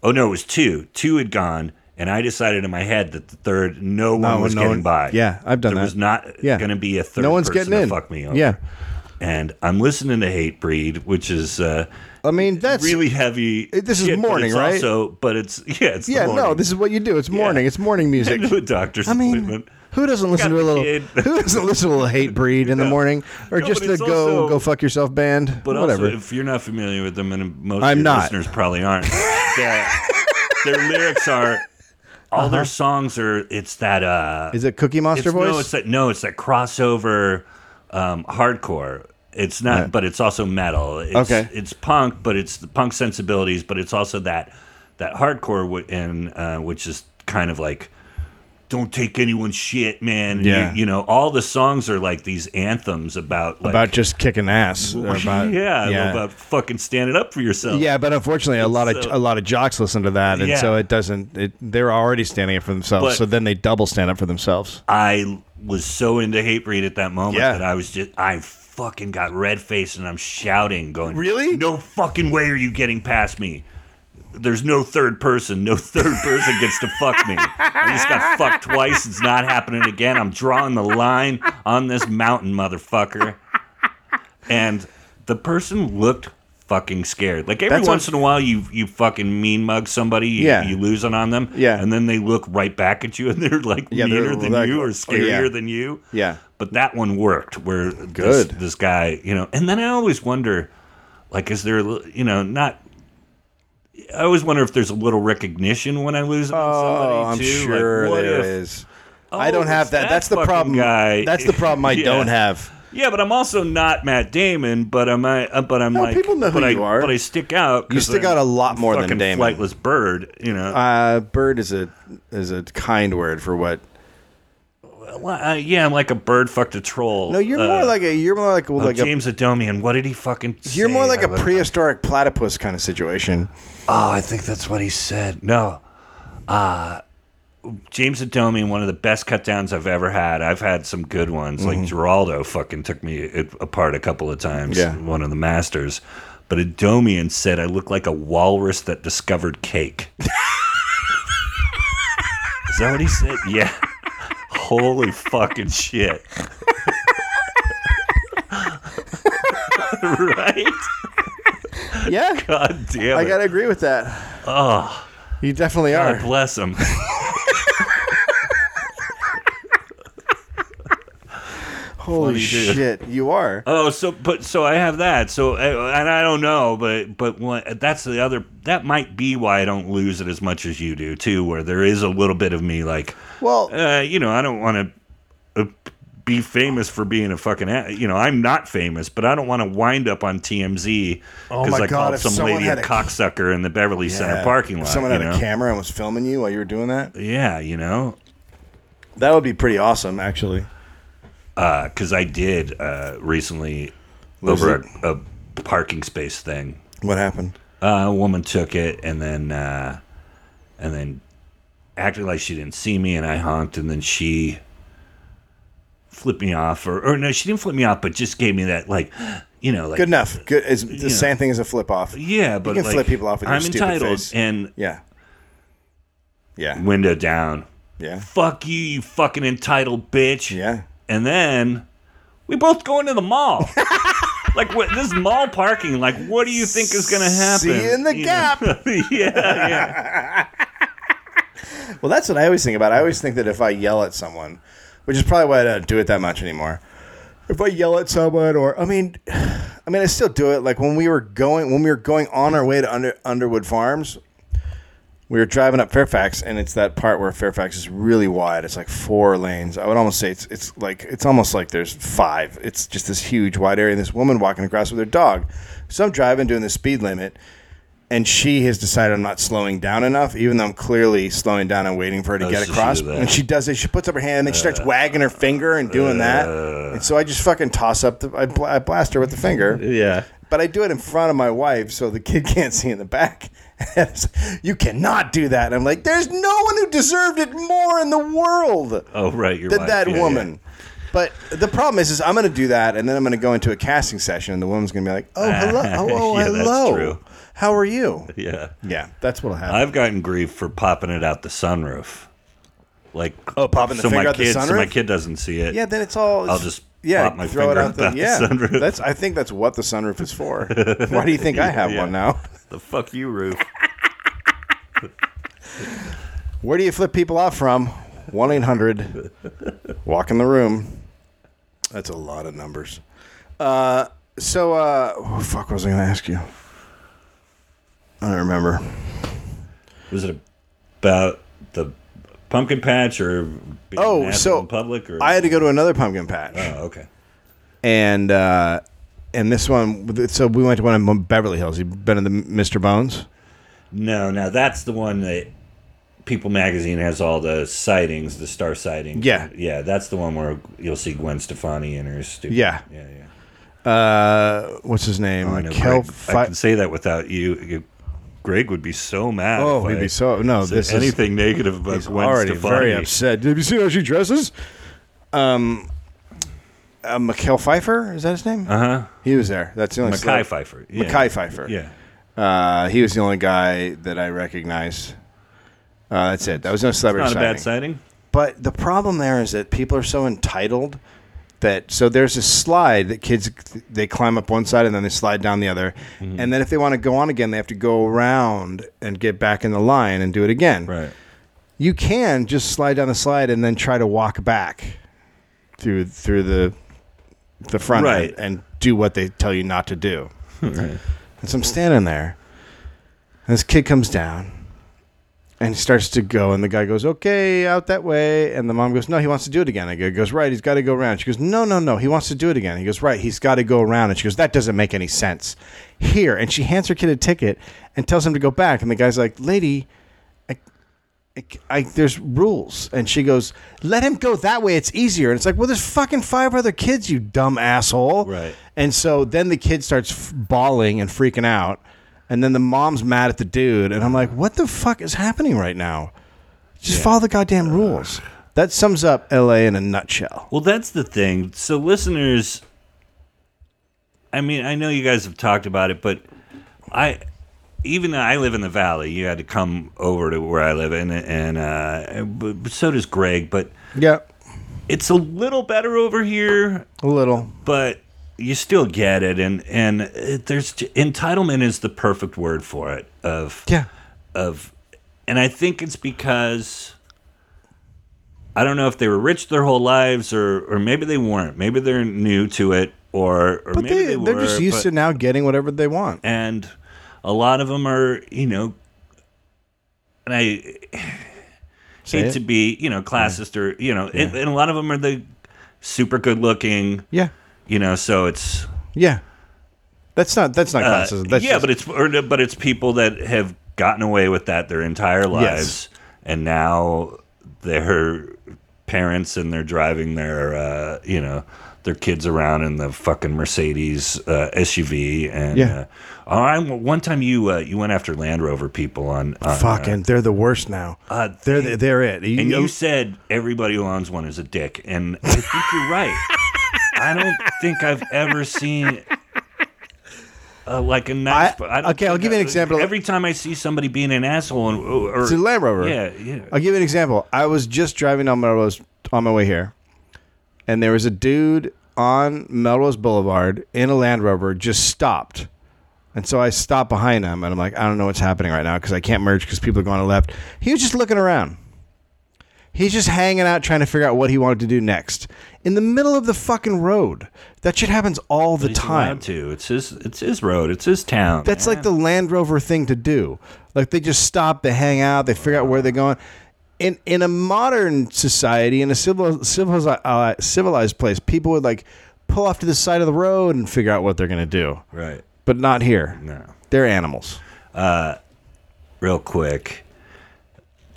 [SPEAKER 2] Oh, no, it was two. Two had gone. And I decided in my head that the third, no one was
[SPEAKER 1] no
[SPEAKER 2] getting
[SPEAKER 1] one-
[SPEAKER 2] by.
[SPEAKER 1] yeah, I've done
[SPEAKER 2] there
[SPEAKER 1] that.
[SPEAKER 2] was not
[SPEAKER 1] Yeah.
[SPEAKER 2] going to be a third
[SPEAKER 1] No one's
[SPEAKER 2] person
[SPEAKER 1] getting in.
[SPEAKER 2] to fuck me over.
[SPEAKER 1] Yeah.
[SPEAKER 2] And I'm listening to Hate Breed, which is uh,
[SPEAKER 1] I mean, that's
[SPEAKER 2] really heavy.
[SPEAKER 1] It- this is
[SPEAKER 2] shit, but
[SPEAKER 1] morning,
[SPEAKER 2] it's
[SPEAKER 1] right?
[SPEAKER 2] Also, but it's, yeah, it's the
[SPEAKER 1] yeah. No,
[SPEAKER 2] morning.
[SPEAKER 1] this is what you do. It's morning. It's morning music.
[SPEAKER 2] Into a doctor's
[SPEAKER 1] I mean,
[SPEAKER 2] appointment.
[SPEAKER 1] who doesn't listen to a
[SPEAKER 2] the
[SPEAKER 1] little
[SPEAKER 2] kid.
[SPEAKER 1] who doesn't listen to a little hate breed in the morning or
[SPEAKER 2] No,
[SPEAKER 1] just
[SPEAKER 2] but
[SPEAKER 1] the
[SPEAKER 2] it's
[SPEAKER 1] go
[SPEAKER 2] also-
[SPEAKER 1] go fuck yourself band?
[SPEAKER 2] But
[SPEAKER 1] Whatever.
[SPEAKER 2] also, if you're not familiar with them, and most
[SPEAKER 1] I'm
[SPEAKER 2] of your
[SPEAKER 1] not.
[SPEAKER 2] listeners probably aren't, their, their lyrics are all
[SPEAKER 1] Uh-huh.
[SPEAKER 2] their songs are. It's that uh,
[SPEAKER 1] is it Cookie Monster
[SPEAKER 2] it's,
[SPEAKER 1] voice?
[SPEAKER 2] no, it's that no, it's that crossover um, hardcore. It's not, but it's also metal. It's,
[SPEAKER 1] Okay.
[SPEAKER 2] it's punk, but it's the punk sensibilities. But it's also that that hardcore, w- and uh, which is kind of like. Don't take anyone's shit, man.
[SPEAKER 1] Yeah.
[SPEAKER 2] You, you know, all the songs are like these anthems about like
[SPEAKER 1] about just kicking ass. or about-
[SPEAKER 2] yeah, about fucking standing up for yourself.
[SPEAKER 1] Yeah, but unfortunately, a lot of a
[SPEAKER 2] so-
[SPEAKER 1] lot of jocks listen to that, and
[SPEAKER 2] Yeah.
[SPEAKER 1] so it doesn't. It, they're already standing up for themselves,
[SPEAKER 2] But-
[SPEAKER 1] so then they double stand up for themselves.
[SPEAKER 2] I was so into hate breed at that moment
[SPEAKER 1] Yeah.
[SPEAKER 2] that I was just I fucking got red faced and I'm shouting, going,
[SPEAKER 1] Really?
[SPEAKER 2] No fucking way are you getting past me. There's no third person. No third person gets to fuck me. I just got fucked twice. It's not happening again. I'm drawing the line on this mountain, motherfucker. And the person looked fucking scared. Like every
[SPEAKER 1] That's what-
[SPEAKER 2] once in a while, you you fucking mean mug somebody. You,
[SPEAKER 1] Yeah.
[SPEAKER 2] you lose it on them.
[SPEAKER 1] Yeah.
[SPEAKER 2] And then they look right back at you, and they're like
[SPEAKER 1] Yeah, they're
[SPEAKER 2] meaner than
[SPEAKER 1] like-
[SPEAKER 2] you or
[SPEAKER 1] oh, yeah.
[SPEAKER 2] scarier than you.
[SPEAKER 1] Yeah.
[SPEAKER 2] But that one worked where
[SPEAKER 1] Good.
[SPEAKER 2] This, this guy, you know, and then I always wonder, like, is there, a li- you know, not. I always wonder if there's a little recognition when I lose it on
[SPEAKER 1] Oh,
[SPEAKER 2] somebody
[SPEAKER 1] I'm
[SPEAKER 2] too.
[SPEAKER 1] sure
[SPEAKER 2] like, what
[SPEAKER 1] there
[SPEAKER 2] if-
[SPEAKER 1] is. I
[SPEAKER 2] Oh,
[SPEAKER 1] don't have
[SPEAKER 2] it's
[SPEAKER 1] that.
[SPEAKER 2] that
[SPEAKER 1] That's the
[SPEAKER 2] fucking
[SPEAKER 1] problem.
[SPEAKER 2] guy.
[SPEAKER 1] That's the problem I
[SPEAKER 2] Yeah.
[SPEAKER 1] don't have.
[SPEAKER 2] Yeah, but I'm also not Matt Damon. But I'm I, uh, but I'm
[SPEAKER 1] No,
[SPEAKER 2] like
[SPEAKER 1] people know who
[SPEAKER 2] but I,
[SPEAKER 1] you are.
[SPEAKER 2] But I stick out. 'cause
[SPEAKER 1] stick
[SPEAKER 2] I'm
[SPEAKER 1] out a lot more than
[SPEAKER 2] fucking
[SPEAKER 1] Damon.
[SPEAKER 2] Flightless bird, you know.
[SPEAKER 1] Uh, bird is a is a kind word for what?
[SPEAKER 2] Well, I- yeah, I'm like a bird fucked a troll. uh,
[SPEAKER 1] No, you're more like a you're more like like a
[SPEAKER 2] James Adomian. What did he fucking?
[SPEAKER 1] you're
[SPEAKER 2] say?
[SPEAKER 1] more like
[SPEAKER 2] I
[SPEAKER 1] a
[SPEAKER 2] would-
[SPEAKER 1] prehistoric platypus kind of situation.
[SPEAKER 2] Oh, I think that's what he said. No. Uh James Adomian, one of the best cut downs I've ever had. I've had some good ones. Like Geraldo fucking took me it- apart a couple of times.
[SPEAKER 1] Mm-hmm. Yeah.
[SPEAKER 2] One of the masters. But Adomian said I look like a walrus that discovered cake. Is that what he said? Yeah. Holy fucking shit. right?
[SPEAKER 1] Yeah,
[SPEAKER 2] God damn it.
[SPEAKER 1] I gotta agree with that. Oh, you definitely
[SPEAKER 2] God
[SPEAKER 1] are.
[SPEAKER 2] bless him.
[SPEAKER 1] Holy
[SPEAKER 2] funny dude.
[SPEAKER 1] shit, you are.
[SPEAKER 2] Oh, so but so I have that. So I- and I don't know, but but what, that's the other. That might be why I don't lose it as much as you do too, where there is a little bit of me like,
[SPEAKER 1] Well,
[SPEAKER 2] uh, you know, I don't want to uh, be famous for being a fucking. a- You know, I'm not famous, but I don't want to wind up on TMZ because
[SPEAKER 1] Oh my
[SPEAKER 2] I
[SPEAKER 1] God,
[SPEAKER 2] called
[SPEAKER 1] if
[SPEAKER 2] some
[SPEAKER 1] someone
[SPEAKER 2] lady
[SPEAKER 1] had
[SPEAKER 2] a
[SPEAKER 1] a-
[SPEAKER 2] cocksucker in the Beverly Center
[SPEAKER 1] yeah,
[SPEAKER 2] parking
[SPEAKER 1] if
[SPEAKER 2] lot.
[SPEAKER 1] Someone
[SPEAKER 2] you
[SPEAKER 1] had a
[SPEAKER 2] know?
[SPEAKER 1] camera and was filming you while you were doing that.
[SPEAKER 2] Yeah, you know,
[SPEAKER 1] That would be pretty awesome, actually.
[SPEAKER 2] because I did uh, recently
[SPEAKER 1] Lose
[SPEAKER 2] over a, a parking space thing.
[SPEAKER 1] What happened?
[SPEAKER 2] Uh, a woman took it and then uh, and then acted like she didn't see me, and I honked, and then she flipped me off, or, or no, she didn't flip me off, but just gave me that like, you know, like
[SPEAKER 1] Good enough. Good. It's the
[SPEAKER 2] know.
[SPEAKER 1] same thing as a flip off.
[SPEAKER 2] yeah, but
[SPEAKER 1] can
[SPEAKER 2] like,
[SPEAKER 1] flip people off with your
[SPEAKER 2] I'm
[SPEAKER 1] stupid
[SPEAKER 2] entitled
[SPEAKER 1] face.
[SPEAKER 2] and
[SPEAKER 1] Yeah. Yeah.
[SPEAKER 2] window down.
[SPEAKER 1] Yeah.
[SPEAKER 2] Fuck you, you fucking entitled bitch.
[SPEAKER 1] Yeah.
[SPEAKER 2] and then we both go into the mall. like what, this mall parking. Like what do you think is going to happen?
[SPEAKER 1] See you in the
[SPEAKER 2] know? yeah, yeah.
[SPEAKER 1] Well, that's what I always think about. I always think that if I yell at someone, which is probably why I don't do it that much anymore. If I yell at someone, or I mean, I mean, I still do it. Like when we were going, when we were going on our way to Under, Underwood Farms, we were driving up Fairfax, and it's that part where Fairfax is really wide. It's like four lanes. I would almost say it's it's like it's almost like there's five. It's just this huge wide area. And this woman walking across with her dog. So I'm driving doing the speed limit, and she has decided I'm not slowing down enough, even though I'm clearly slowing down and waiting for her to
[SPEAKER 2] Oh,
[SPEAKER 1] get
[SPEAKER 2] so she
[SPEAKER 1] across.
[SPEAKER 2] did that.
[SPEAKER 1] and she does it. She puts up her hand and then she
[SPEAKER 2] Uh,
[SPEAKER 1] starts wagging her finger and doing that. And so I just fucking toss up the I, bl- I blast her with the finger.
[SPEAKER 2] Yeah.
[SPEAKER 1] But I do it in front of my wife so the kid can't see in the back. It's like, you cannot do that. And I'm like, there's no one who deserved it more in the world
[SPEAKER 2] Oh right, your
[SPEAKER 1] than
[SPEAKER 2] wife.
[SPEAKER 1] that
[SPEAKER 2] Yeah, yeah.
[SPEAKER 1] woman. But But the problem is, is I'm going to do that, and then I'm going to go into a casting session, and the woman's going to be like, "Oh, hello, oh, oh,
[SPEAKER 2] Yeah, that's
[SPEAKER 1] hello,
[SPEAKER 2] true.
[SPEAKER 1] how are you?"
[SPEAKER 2] Yeah.
[SPEAKER 1] Yeah, that's what'll happen.
[SPEAKER 2] I've gotten grief for popping it out the sunroof. Like
[SPEAKER 1] Oh, popping the
[SPEAKER 2] so
[SPEAKER 1] finger
[SPEAKER 2] my
[SPEAKER 1] out the
[SPEAKER 2] kid, So my
[SPEAKER 1] sunroof?
[SPEAKER 2] kid doesn't see it.
[SPEAKER 1] yeah, then it's all.
[SPEAKER 2] I'll just
[SPEAKER 1] yeah,
[SPEAKER 2] pop my
[SPEAKER 1] throw it
[SPEAKER 2] finger
[SPEAKER 1] out the,
[SPEAKER 2] out the
[SPEAKER 1] yeah,
[SPEAKER 2] sunroof.
[SPEAKER 1] That's I think that's what the sunroof is for. Why do you think I have
[SPEAKER 2] Yeah.
[SPEAKER 1] one now?
[SPEAKER 2] The fuck you roof.
[SPEAKER 1] Where do you flip people off from? 1 800. Walk in the room. That's a lot of numbers. Uh, so, uh, what the fuck was I going to ask you? I don't remember.
[SPEAKER 2] Was it about the pumpkin patch or being
[SPEAKER 1] Oh,
[SPEAKER 2] an asshole
[SPEAKER 1] so
[SPEAKER 2] in public or
[SPEAKER 1] I had to go to another pumpkin patch.
[SPEAKER 2] oh, okay.
[SPEAKER 1] And, uh, and this one, so we went to one in Beverly Hills. You've been to the Mr. Bones?
[SPEAKER 2] No, now that's the one that People Magazine has all the sightings, the star sightings.
[SPEAKER 1] Yeah.
[SPEAKER 2] yeah, that's the one where you'll see Gwen Stefani in her stupid.
[SPEAKER 1] Yeah.
[SPEAKER 2] yeah, yeah.
[SPEAKER 1] Uh, what's his name?
[SPEAKER 2] Oh, I know.
[SPEAKER 1] Kel
[SPEAKER 2] Greg,
[SPEAKER 1] Fi-
[SPEAKER 2] I can say that without you. you- Greg would be so mad.
[SPEAKER 1] Oh,
[SPEAKER 2] if
[SPEAKER 1] he'd
[SPEAKER 2] I
[SPEAKER 1] be so- no,
[SPEAKER 2] said
[SPEAKER 1] this is-
[SPEAKER 2] anything negative about
[SPEAKER 1] He's
[SPEAKER 2] Gwen
[SPEAKER 1] already
[SPEAKER 2] Stefani.
[SPEAKER 1] very upset. Did you see how she dresses? Um, uh, Mikhail Pfeiffer is that his name?
[SPEAKER 2] Uh huh.
[SPEAKER 1] He was there. That's the only.
[SPEAKER 2] Mackay Pfeiffer. Yeah.
[SPEAKER 1] Mackay Pfeiffer.
[SPEAKER 2] Yeah.
[SPEAKER 1] Uh, he was the only guy that I recognized. Uh, that's it. That was no celebrity
[SPEAKER 2] Not a
[SPEAKER 1] sighting.
[SPEAKER 2] bad sighting.
[SPEAKER 1] But the problem there is that people are so entitled that so there's a slide that kids they climb up one side and then they slide down the other,
[SPEAKER 2] Mm-hmm.
[SPEAKER 1] and then if they want to go on again, they have to go around and get back in the line and do it again.
[SPEAKER 2] Right.
[SPEAKER 1] you can just slide down the slide and then try to walk back through through the the front
[SPEAKER 2] Right.
[SPEAKER 1] end and do what they tell you not to do.
[SPEAKER 2] right.
[SPEAKER 1] And so I'm standing there, and this kid comes down, and he starts to go, and the guy goes, "Okay, out that way." And the mom goes, "No, he wants to do it again." I go, goes, "Right, he's got to go around." She goes, "No, no, no, he wants to do it again." He goes, "Right, he's got to go around." And she goes, "That doesn't make any sense." Here, and she hands her kid a ticket and tells him to go back, and the guy's like, "Lady." I, I, there's rules. And she goes, let him go that way. It's easier. And it's like, well, there's fucking five other kids, you dumb asshole.
[SPEAKER 2] Right.
[SPEAKER 1] And so then the kid starts f- bawling and freaking out. And then the mom's mad at the dude. And I'm like, what the fuck is happening right now? Just follow the goddamn rules. That sums up LA in a nutshell.
[SPEAKER 2] Well, that's the thing. So, listeners, I mean, I know you guys have talked about it, but I, even though I live in the valley, you had to come over to where I live, and and uh, but- but so does Greg. But
[SPEAKER 1] Yeah.
[SPEAKER 2] it's a little better over here.
[SPEAKER 1] A little.
[SPEAKER 2] but you still get it and and it, there's entitlement is the perfect word for it of
[SPEAKER 1] Yeah.
[SPEAKER 2] of and i think it's because i don't know if they were rich their whole lives or or maybe they weren't maybe they're new to it or or
[SPEAKER 1] But
[SPEAKER 2] maybe
[SPEAKER 1] they,
[SPEAKER 2] they,
[SPEAKER 1] they're just
[SPEAKER 2] were,
[SPEAKER 1] used
[SPEAKER 2] but-
[SPEAKER 1] to now getting whatever they want.
[SPEAKER 2] and a lot of them are you know and i
[SPEAKER 1] Say
[SPEAKER 2] hate
[SPEAKER 1] it.
[SPEAKER 2] to be you know classist or you know and, and a lot of them are the super good looking
[SPEAKER 1] Yeah.
[SPEAKER 2] you know so it's
[SPEAKER 1] Yeah. That's not, that's not
[SPEAKER 2] Uh,
[SPEAKER 1] classism. That's
[SPEAKER 2] yeah,
[SPEAKER 1] just-
[SPEAKER 2] but it's or, but it's people that have gotten away with that their entire lives, and now their parents and they're driving their uh, you know their kids around in the fucking Mercedes uh, SUV. And
[SPEAKER 1] Yeah.
[SPEAKER 2] uh, oh, I, one time you uh, you went after Land Rover people on, on
[SPEAKER 1] Fucking, they're the worst now.
[SPEAKER 2] Uh,
[SPEAKER 1] they're they're it. You-
[SPEAKER 2] and you
[SPEAKER 1] you-
[SPEAKER 2] said everybody who owns one is a dick, and I think you're right. I don't think I've ever seen uh, like a nice.
[SPEAKER 1] I-
[SPEAKER 2] don't
[SPEAKER 1] okay, I'll
[SPEAKER 2] think
[SPEAKER 1] give you an
[SPEAKER 2] I-
[SPEAKER 1] example.
[SPEAKER 2] Every time I see somebody being an asshole, and, or,
[SPEAKER 1] it's a Land Rover.
[SPEAKER 2] yeah, yeah,
[SPEAKER 1] I'll give you an example. I was just driving on Melrose on my way here, and there was a dude on Melrose Boulevard in a Land Rover just stopped. And so I stopped behind him, and I'm like, I don't know what's happening right now because I can't merge because people are going to left. He was just looking around. He's just hanging out, trying to figure out what he wanted to do next in the middle of the fucking road. That shit happens all the
[SPEAKER 2] He's
[SPEAKER 1] time.
[SPEAKER 2] allowed to. It's his. It's his road. It's his town.
[SPEAKER 1] That's like the Land Rover thing to do. Like they just stop, they hang out, they figure out where they're going. In in a modern society, in a civil, civil uh, civilized place, people would like pull off to the side of the road and figure out what they're gonna do.
[SPEAKER 2] right.
[SPEAKER 1] But not here.
[SPEAKER 2] No.
[SPEAKER 1] They're animals.
[SPEAKER 2] real quick.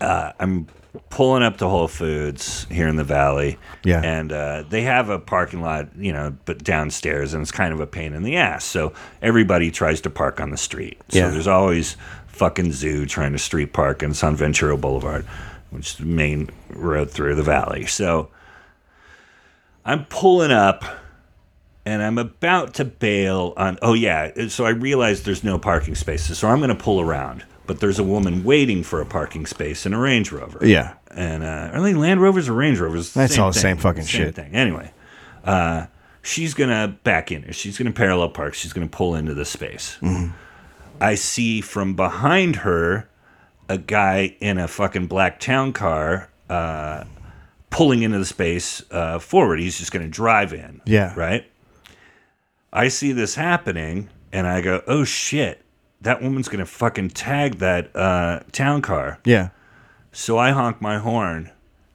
[SPEAKER 2] Uh, I'm pulling up to Whole Foods here in the valley.
[SPEAKER 1] Yeah.
[SPEAKER 2] And uh, they have a parking lot, you know, but downstairs, and it's kind of a pain in the ass. So everybody tries to park on the street. So
[SPEAKER 1] Yeah.
[SPEAKER 2] there's always fucking zoo trying to street park, and it's on Ventura Boulevard, which is the main road through the valley. So I'm pulling up and I'm about to bail on. Oh, yeah. So I realize there's no parking spaces. So I'm going to pull around. But there's a woman waiting for a parking space in a Range Rover.
[SPEAKER 1] Yeah.
[SPEAKER 2] And uh, are they Land Rovers or Range Rovers?
[SPEAKER 1] That's all the same fucking shit.
[SPEAKER 2] Thing. Anyway, uh, she's going to back in. She's going to parallel park. She's going to pull into the space.
[SPEAKER 1] Mm-hmm.
[SPEAKER 2] I see from behind her a guy in a fucking black town car uh, pulling into the space uh, forward. He's just going to drive in.
[SPEAKER 1] Yeah.
[SPEAKER 2] Right? I see this happening and I go, oh shit, that woman's going to fucking tag that uh, town car.
[SPEAKER 1] Yeah.
[SPEAKER 2] So I honk my horn.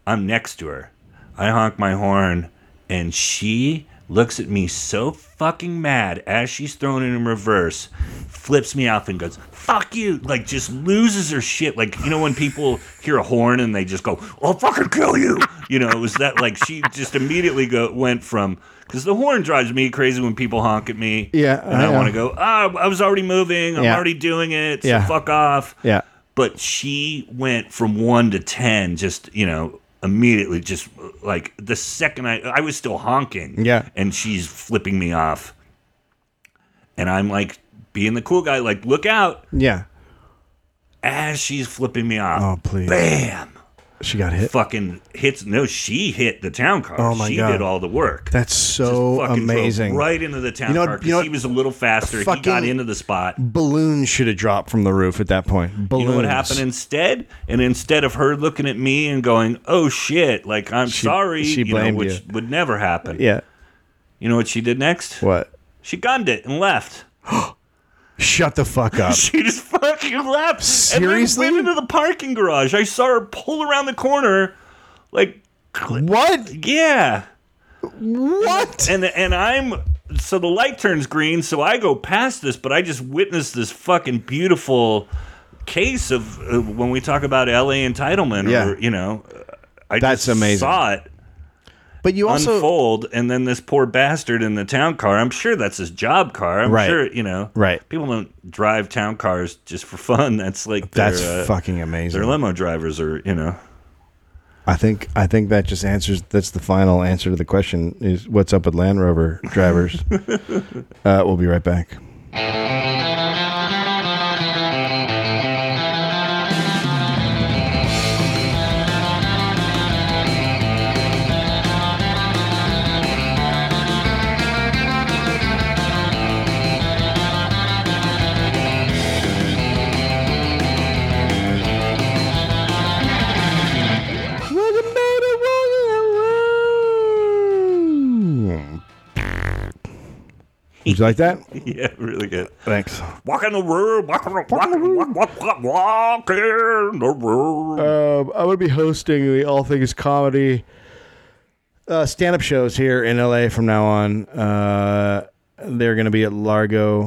[SPEAKER 2] I'm next to her. I honk my horn, and she looks at me so fucking mad as she's thrown it in reverse, flips me off and goes, fuck you. Like, just loses her shit. Like, you know, when people hear a horn and they just go, I'll fucking kill you. You know, it was that, like, she just immediately go, went from, because the horn drives me crazy when people honk at me.
[SPEAKER 1] Yeah,
[SPEAKER 2] And
[SPEAKER 1] I
[SPEAKER 2] I,
[SPEAKER 1] know.
[SPEAKER 2] want to go, ah, I was already moving. I'm
[SPEAKER 1] Yeah.
[SPEAKER 2] already doing it. So
[SPEAKER 1] Yeah.
[SPEAKER 2] fuck off
[SPEAKER 1] Yeah.
[SPEAKER 2] but she went from one to ten just you know immediately just like the second i i was still honking
[SPEAKER 1] Yeah.
[SPEAKER 2] and she's flipping me off and i'm like being the cool guy like look out
[SPEAKER 1] Yeah.
[SPEAKER 2] as she's flipping me off
[SPEAKER 1] Oh, please.
[SPEAKER 2] bam
[SPEAKER 1] She got hit.
[SPEAKER 2] fucking hits no she hit the town car
[SPEAKER 1] Oh, my
[SPEAKER 2] she
[SPEAKER 1] God.
[SPEAKER 2] did all the work
[SPEAKER 1] That's so
[SPEAKER 2] Fucking drove
[SPEAKER 1] amazing.
[SPEAKER 2] right into the town
[SPEAKER 1] You know what-
[SPEAKER 2] car 'cause
[SPEAKER 1] you know
[SPEAKER 2] he
[SPEAKER 1] what-
[SPEAKER 2] was a little faster he got
[SPEAKER 1] Fucking-
[SPEAKER 2] into the spot
[SPEAKER 1] Balloon should have dropped from the roof at that point. Balloons.
[SPEAKER 2] You know what happened instead? And instead of her looking at me and going, "Oh shit," like I'm sorry,
[SPEAKER 1] she
[SPEAKER 2] you know,
[SPEAKER 1] blamed
[SPEAKER 2] which would never happen.
[SPEAKER 1] Yeah.
[SPEAKER 2] You know what she did next?
[SPEAKER 1] What?
[SPEAKER 2] She gunned it and left.
[SPEAKER 1] Shut the fuck up.
[SPEAKER 2] She just fucking left.
[SPEAKER 1] Seriously?
[SPEAKER 2] And then went into the parking garage. I saw her pull around the corner, like,
[SPEAKER 1] what?
[SPEAKER 2] yeah.
[SPEAKER 1] What?
[SPEAKER 2] And and I'm so the light turns green, so I go past this, but I just witnessed this fucking beautiful case of uh, when we talk about LA entitlement.
[SPEAKER 1] Yeah.
[SPEAKER 2] or, you know, I
[SPEAKER 1] That's
[SPEAKER 2] just
[SPEAKER 1] amazing.
[SPEAKER 2] Saw it
[SPEAKER 1] But you also
[SPEAKER 2] unfold, and then this poor bastard in the town car. I'm sure that's his job car. I'm
[SPEAKER 1] Right.
[SPEAKER 2] sure you know.
[SPEAKER 1] Right.
[SPEAKER 2] People don't drive town cars just for fun. That's like their,
[SPEAKER 1] That's
[SPEAKER 2] uh,
[SPEAKER 1] fucking
[SPEAKER 2] their
[SPEAKER 1] amazing.
[SPEAKER 2] limo drivers are you know.
[SPEAKER 1] I think I think that just answers that's the final answer to the question is what's up with Land Rover drivers. uh, we'll be right back. Welcome back to Walking Alone. Would you like that?
[SPEAKER 2] Yeah, really good.
[SPEAKER 1] Thanks.
[SPEAKER 2] Walk in the room, walk in the walk, walk, walk, walk, walk in the room.
[SPEAKER 1] Um, I'm going to be hosting the All Things Comedy uh, stand up shows here in LA from now on. Uh, they're going to be at Largo.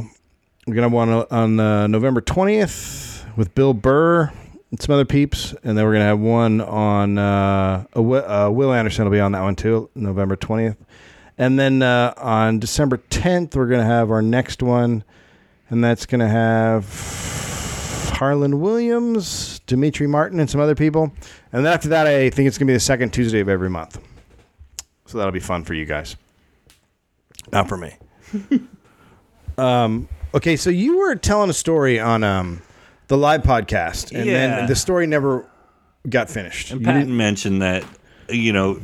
[SPEAKER 1] We're going to have one on uh, November 20th with Bill Burr and some other peeps. And then we're going to have one on uh, uh, Wi- uh, Will Anderson will be on that one too, November 20th. And then uh, on December 10th, we're going to have our next one. And that's going to have Harlan Williams, Dimitri Martin, and some other people. And then after that, I think it's going to be the second Tuesday of every month. So that'll be fun for you guys. Not for me. um, okay, so you were telling a story on um, the live podcast, and
[SPEAKER 2] Yeah.
[SPEAKER 1] then the story never got finished. You
[SPEAKER 2] Patton
[SPEAKER 1] didn't-
[SPEAKER 2] mentioned that, you know,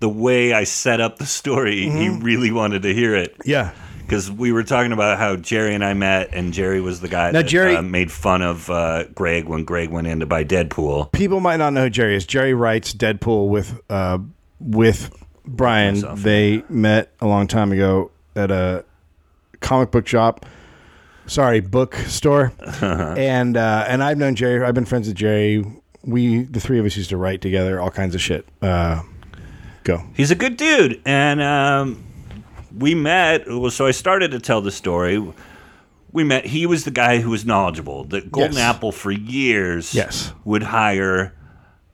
[SPEAKER 2] the way I set up the story, he
[SPEAKER 1] Mm-hmm.
[SPEAKER 2] really wanted to hear it.
[SPEAKER 1] yeah.
[SPEAKER 2] Because we were talking about how Jerry and I met, and Jerry was the guy
[SPEAKER 1] Now,
[SPEAKER 2] that
[SPEAKER 1] Jerry-
[SPEAKER 2] uh, made fun of uh, Greg when Greg went in to buy Deadpool.
[SPEAKER 1] people might not know who Jerry is. Jerry writes Deadpool with uh, with Brian.
[SPEAKER 2] Myself.
[SPEAKER 1] They met a long time ago at a comic book shop. Sorry, book store. and uh, and I've known Jerry. I've been friends with Jerry. We the three of us used to write together all kinds of shit. Uh, go.
[SPEAKER 2] He's a good dude, and um, we met. well, So I started to tell the story. We met. He was the guy who was knowledgeable. The Golden
[SPEAKER 1] Yes.
[SPEAKER 2] Apple for years
[SPEAKER 1] Yes.
[SPEAKER 2] would hire.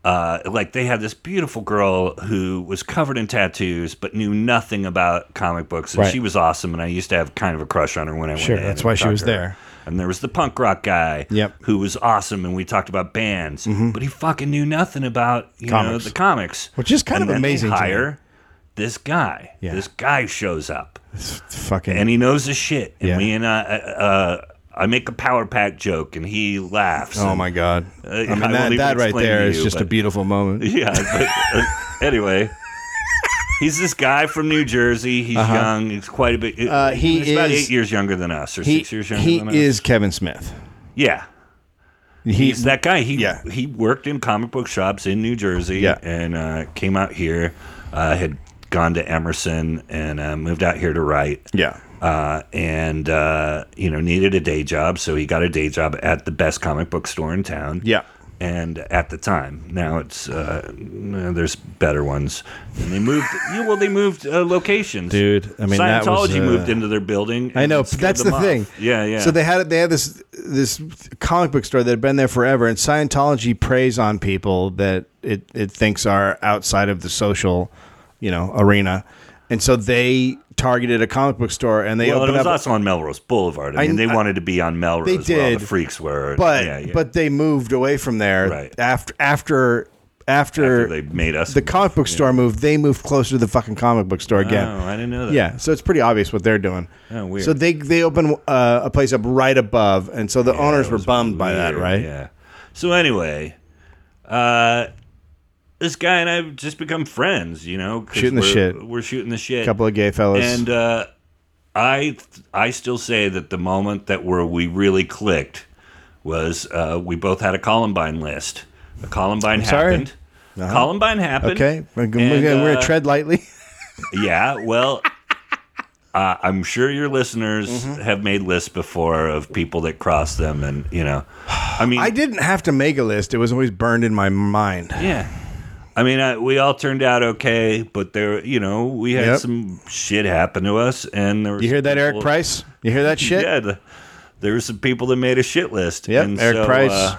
[SPEAKER 2] Uh, like they had this beautiful girl who was covered in tattoos but knew nothing about comic books, and
[SPEAKER 1] Right.
[SPEAKER 2] she was awesome. And I used to have kind of a crush on her when I
[SPEAKER 1] Sure,
[SPEAKER 2] went in
[SPEAKER 1] that's
[SPEAKER 2] and
[SPEAKER 1] why she
[SPEAKER 2] talked
[SPEAKER 1] was
[SPEAKER 2] to her.
[SPEAKER 1] there.
[SPEAKER 2] And there was the punk rock guy,
[SPEAKER 1] Yep. Mm-hmm.
[SPEAKER 2] who was awesome, and we talked about bands, but he fucking knew nothing about you know
[SPEAKER 1] Comics.
[SPEAKER 2] the comics,
[SPEAKER 1] Which is kind
[SPEAKER 2] And
[SPEAKER 1] of
[SPEAKER 2] then they
[SPEAKER 1] amazing to me.
[SPEAKER 2] Hire this guy.
[SPEAKER 1] Yeah.
[SPEAKER 2] This guy shows up
[SPEAKER 1] Fucking.
[SPEAKER 2] and he knows his shit. And
[SPEAKER 1] Yeah.
[SPEAKER 2] me and I, uh, I make a power pack joke and he laughs.
[SPEAKER 1] oh
[SPEAKER 2] and-
[SPEAKER 1] my god. I mean
[SPEAKER 2] Uh, I won't
[SPEAKER 1] that,
[SPEAKER 2] even
[SPEAKER 1] that right
[SPEAKER 2] explain
[SPEAKER 1] there
[SPEAKER 2] to
[SPEAKER 1] is
[SPEAKER 2] you,
[SPEAKER 1] just a
[SPEAKER 2] but-
[SPEAKER 1] beautiful moment.
[SPEAKER 2] Yeah. But, uh, anyway, he's this guy from New Jersey. He's young. He's quite a bit.
[SPEAKER 1] Uh-huh. Uh, he
[SPEAKER 2] he's about
[SPEAKER 1] is-
[SPEAKER 2] eight years younger than us, or
[SPEAKER 1] He,
[SPEAKER 2] six years younger
[SPEAKER 1] he
[SPEAKER 2] than us.
[SPEAKER 1] is Kevin Smith.
[SPEAKER 2] Yeah.
[SPEAKER 1] He,
[SPEAKER 2] He's that guy. He
[SPEAKER 1] Yeah.
[SPEAKER 2] he worked in comic book shops in New Jersey
[SPEAKER 1] Yeah.
[SPEAKER 2] and uh, came out here. Uh, had gone to Emerson and uh, moved out here to write.
[SPEAKER 1] yeah.
[SPEAKER 2] Uh, and uh, you know needed a day job, so he got a day job at the best comic book store in town.
[SPEAKER 1] Yeah.
[SPEAKER 2] and at the time, now it's uh, no, there's better ones. And they moved. yeah, well, they moved uh, locations,
[SPEAKER 1] Dude, I mean, that was,
[SPEAKER 2] Scientology moved
[SPEAKER 1] uh,
[SPEAKER 2] into their building.
[SPEAKER 1] I
[SPEAKER 2] and
[SPEAKER 1] know.
[SPEAKER 2] scared
[SPEAKER 1] That's
[SPEAKER 2] them
[SPEAKER 1] the
[SPEAKER 2] off.
[SPEAKER 1] thing.
[SPEAKER 2] Yeah, yeah.
[SPEAKER 1] So they had they had this this comic book store that had been there forever, and Scientology preys on people that it it thinks are outside of the social, you know, arena, and so they targeted a comic book store and they
[SPEAKER 2] Well, it
[SPEAKER 1] opened
[SPEAKER 2] was
[SPEAKER 1] up.
[SPEAKER 2] also on Melrose Boulevard. I mean, they
[SPEAKER 1] I-
[SPEAKER 2] wanted to be on Melrose.
[SPEAKER 1] They
[SPEAKER 2] Where all
[SPEAKER 1] did,
[SPEAKER 2] the freaks were.
[SPEAKER 1] but
[SPEAKER 2] yeah, yeah.
[SPEAKER 1] but they moved away from there
[SPEAKER 2] Right.
[SPEAKER 1] after after after,
[SPEAKER 2] After they made us.
[SPEAKER 1] the comic book store moved. They moved closer to the fucking comic book store
[SPEAKER 2] oh,
[SPEAKER 1] again.
[SPEAKER 2] I didn't know that.
[SPEAKER 1] Yeah, so it's pretty obvious what they're doing.
[SPEAKER 2] Oh, weird.
[SPEAKER 1] So they they open uh, a place up right above, and so the
[SPEAKER 2] Yeah,
[SPEAKER 1] owners
[SPEAKER 2] it
[SPEAKER 1] were
[SPEAKER 2] was
[SPEAKER 1] bummed by that,
[SPEAKER 2] weird,
[SPEAKER 1] right?
[SPEAKER 2] Yeah. So anyway, uh, this guy and I've just become friends. You know, 'cause
[SPEAKER 1] Shooting the
[SPEAKER 2] we're-
[SPEAKER 1] shit.
[SPEAKER 2] We're shooting the
[SPEAKER 1] A
[SPEAKER 2] shit.
[SPEAKER 1] couple of gay fellas.
[SPEAKER 2] and uh, I I still say that the moment that where we really clicked was uh, we both had a Columbine list. A Columbine
[SPEAKER 1] sorry? Uh-huh.
[SPEAKER 2] happened. Columbine happened.
[SPEAKER 1] okay, we're, gonna-
[SPEAKER 2] and,
[SPEAKER 1] we're gonna
[SPEAKER 2] uh,
[SPEAKER 1] tread lightly.
[SPEAKER 2] Yeah, well, uh, I'm sure your listeners
[SPEAKER 1] Mm-hmm.
[SPEAKER 2] have made lists before of people that cross them, and you know, I mean,
[SPEAKER 1] I didn't have to make a list; it was always burned in my mind.
[SPEAKER 2] yeah, I mean, I, we all turned out okay, but there, you know, we had
[SPEAKER 1] Yep.
[SPEAKER 2] some shit happen to us, and there was
[SPEAKER 1] You hear that, Eric
[SPEAKER 2] people-
[SPEAKER 1] Price? You hear that shit?
[SPEAKER 2] Yeah, the, there were some people that made a shit list.
[SPEAKER 1] Yep,
[SPEAKER 2] and
[SPEAKER 1] Eric
[SPEAKER 2] so,
[SPEAKER 1] Price.
[SPEAKER 2] uh,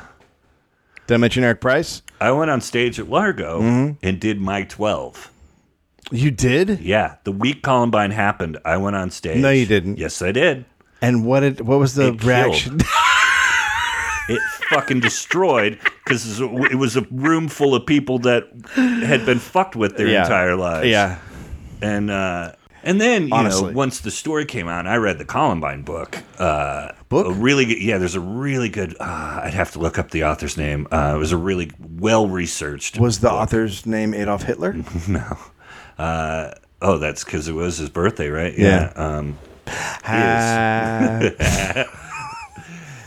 [SPEAKER 1] Did I mention Eric Price?
[SPEAKER 2] I went on stage at Largo
[SPEAKER 1] Mm-hmm.
[SPEAKER 2] and did my twelve.
[SPEAKER 1] You did.
[SPEAKER 2] Yeah, the week Columbine happened, I went on stage.
[SPEAKER 1] No, you didn't.
[SPEAKER 2] Yes, I did.
[SPEAKER 1] And what did what was the
[SPEAKER 2] It
[SPEAKER 1] reaction?
[SPEAKER 2] it fucking destroyed because it was a room full of people that had been fucked with their
[SPEAKER 1] Yeah.
[SPEAKER 2] entire lives.
[SPEAKER 1] yeah,
[SPEAKER 2] and uh, and then you
[SPEAKER 1] Honestly.
[SPEAKER 2] know once the story came out, I read the Columbine book. Uh,
[SPEAKER 1] Book?
[SPEAKER 2] a really good, yeah. There's a really good. Uh, I'd have to look up the author's name. Uh, it was a really well researched.
[SPEAKER 1] was the author's name Adolf Hitler?
[SPEAKER 2] No, uh, oh, that's because it was his birthday, right?
[SPEAKER 1] Yeah.
[SPEAKER 2] Um,
[SPEAKER 1] Ah,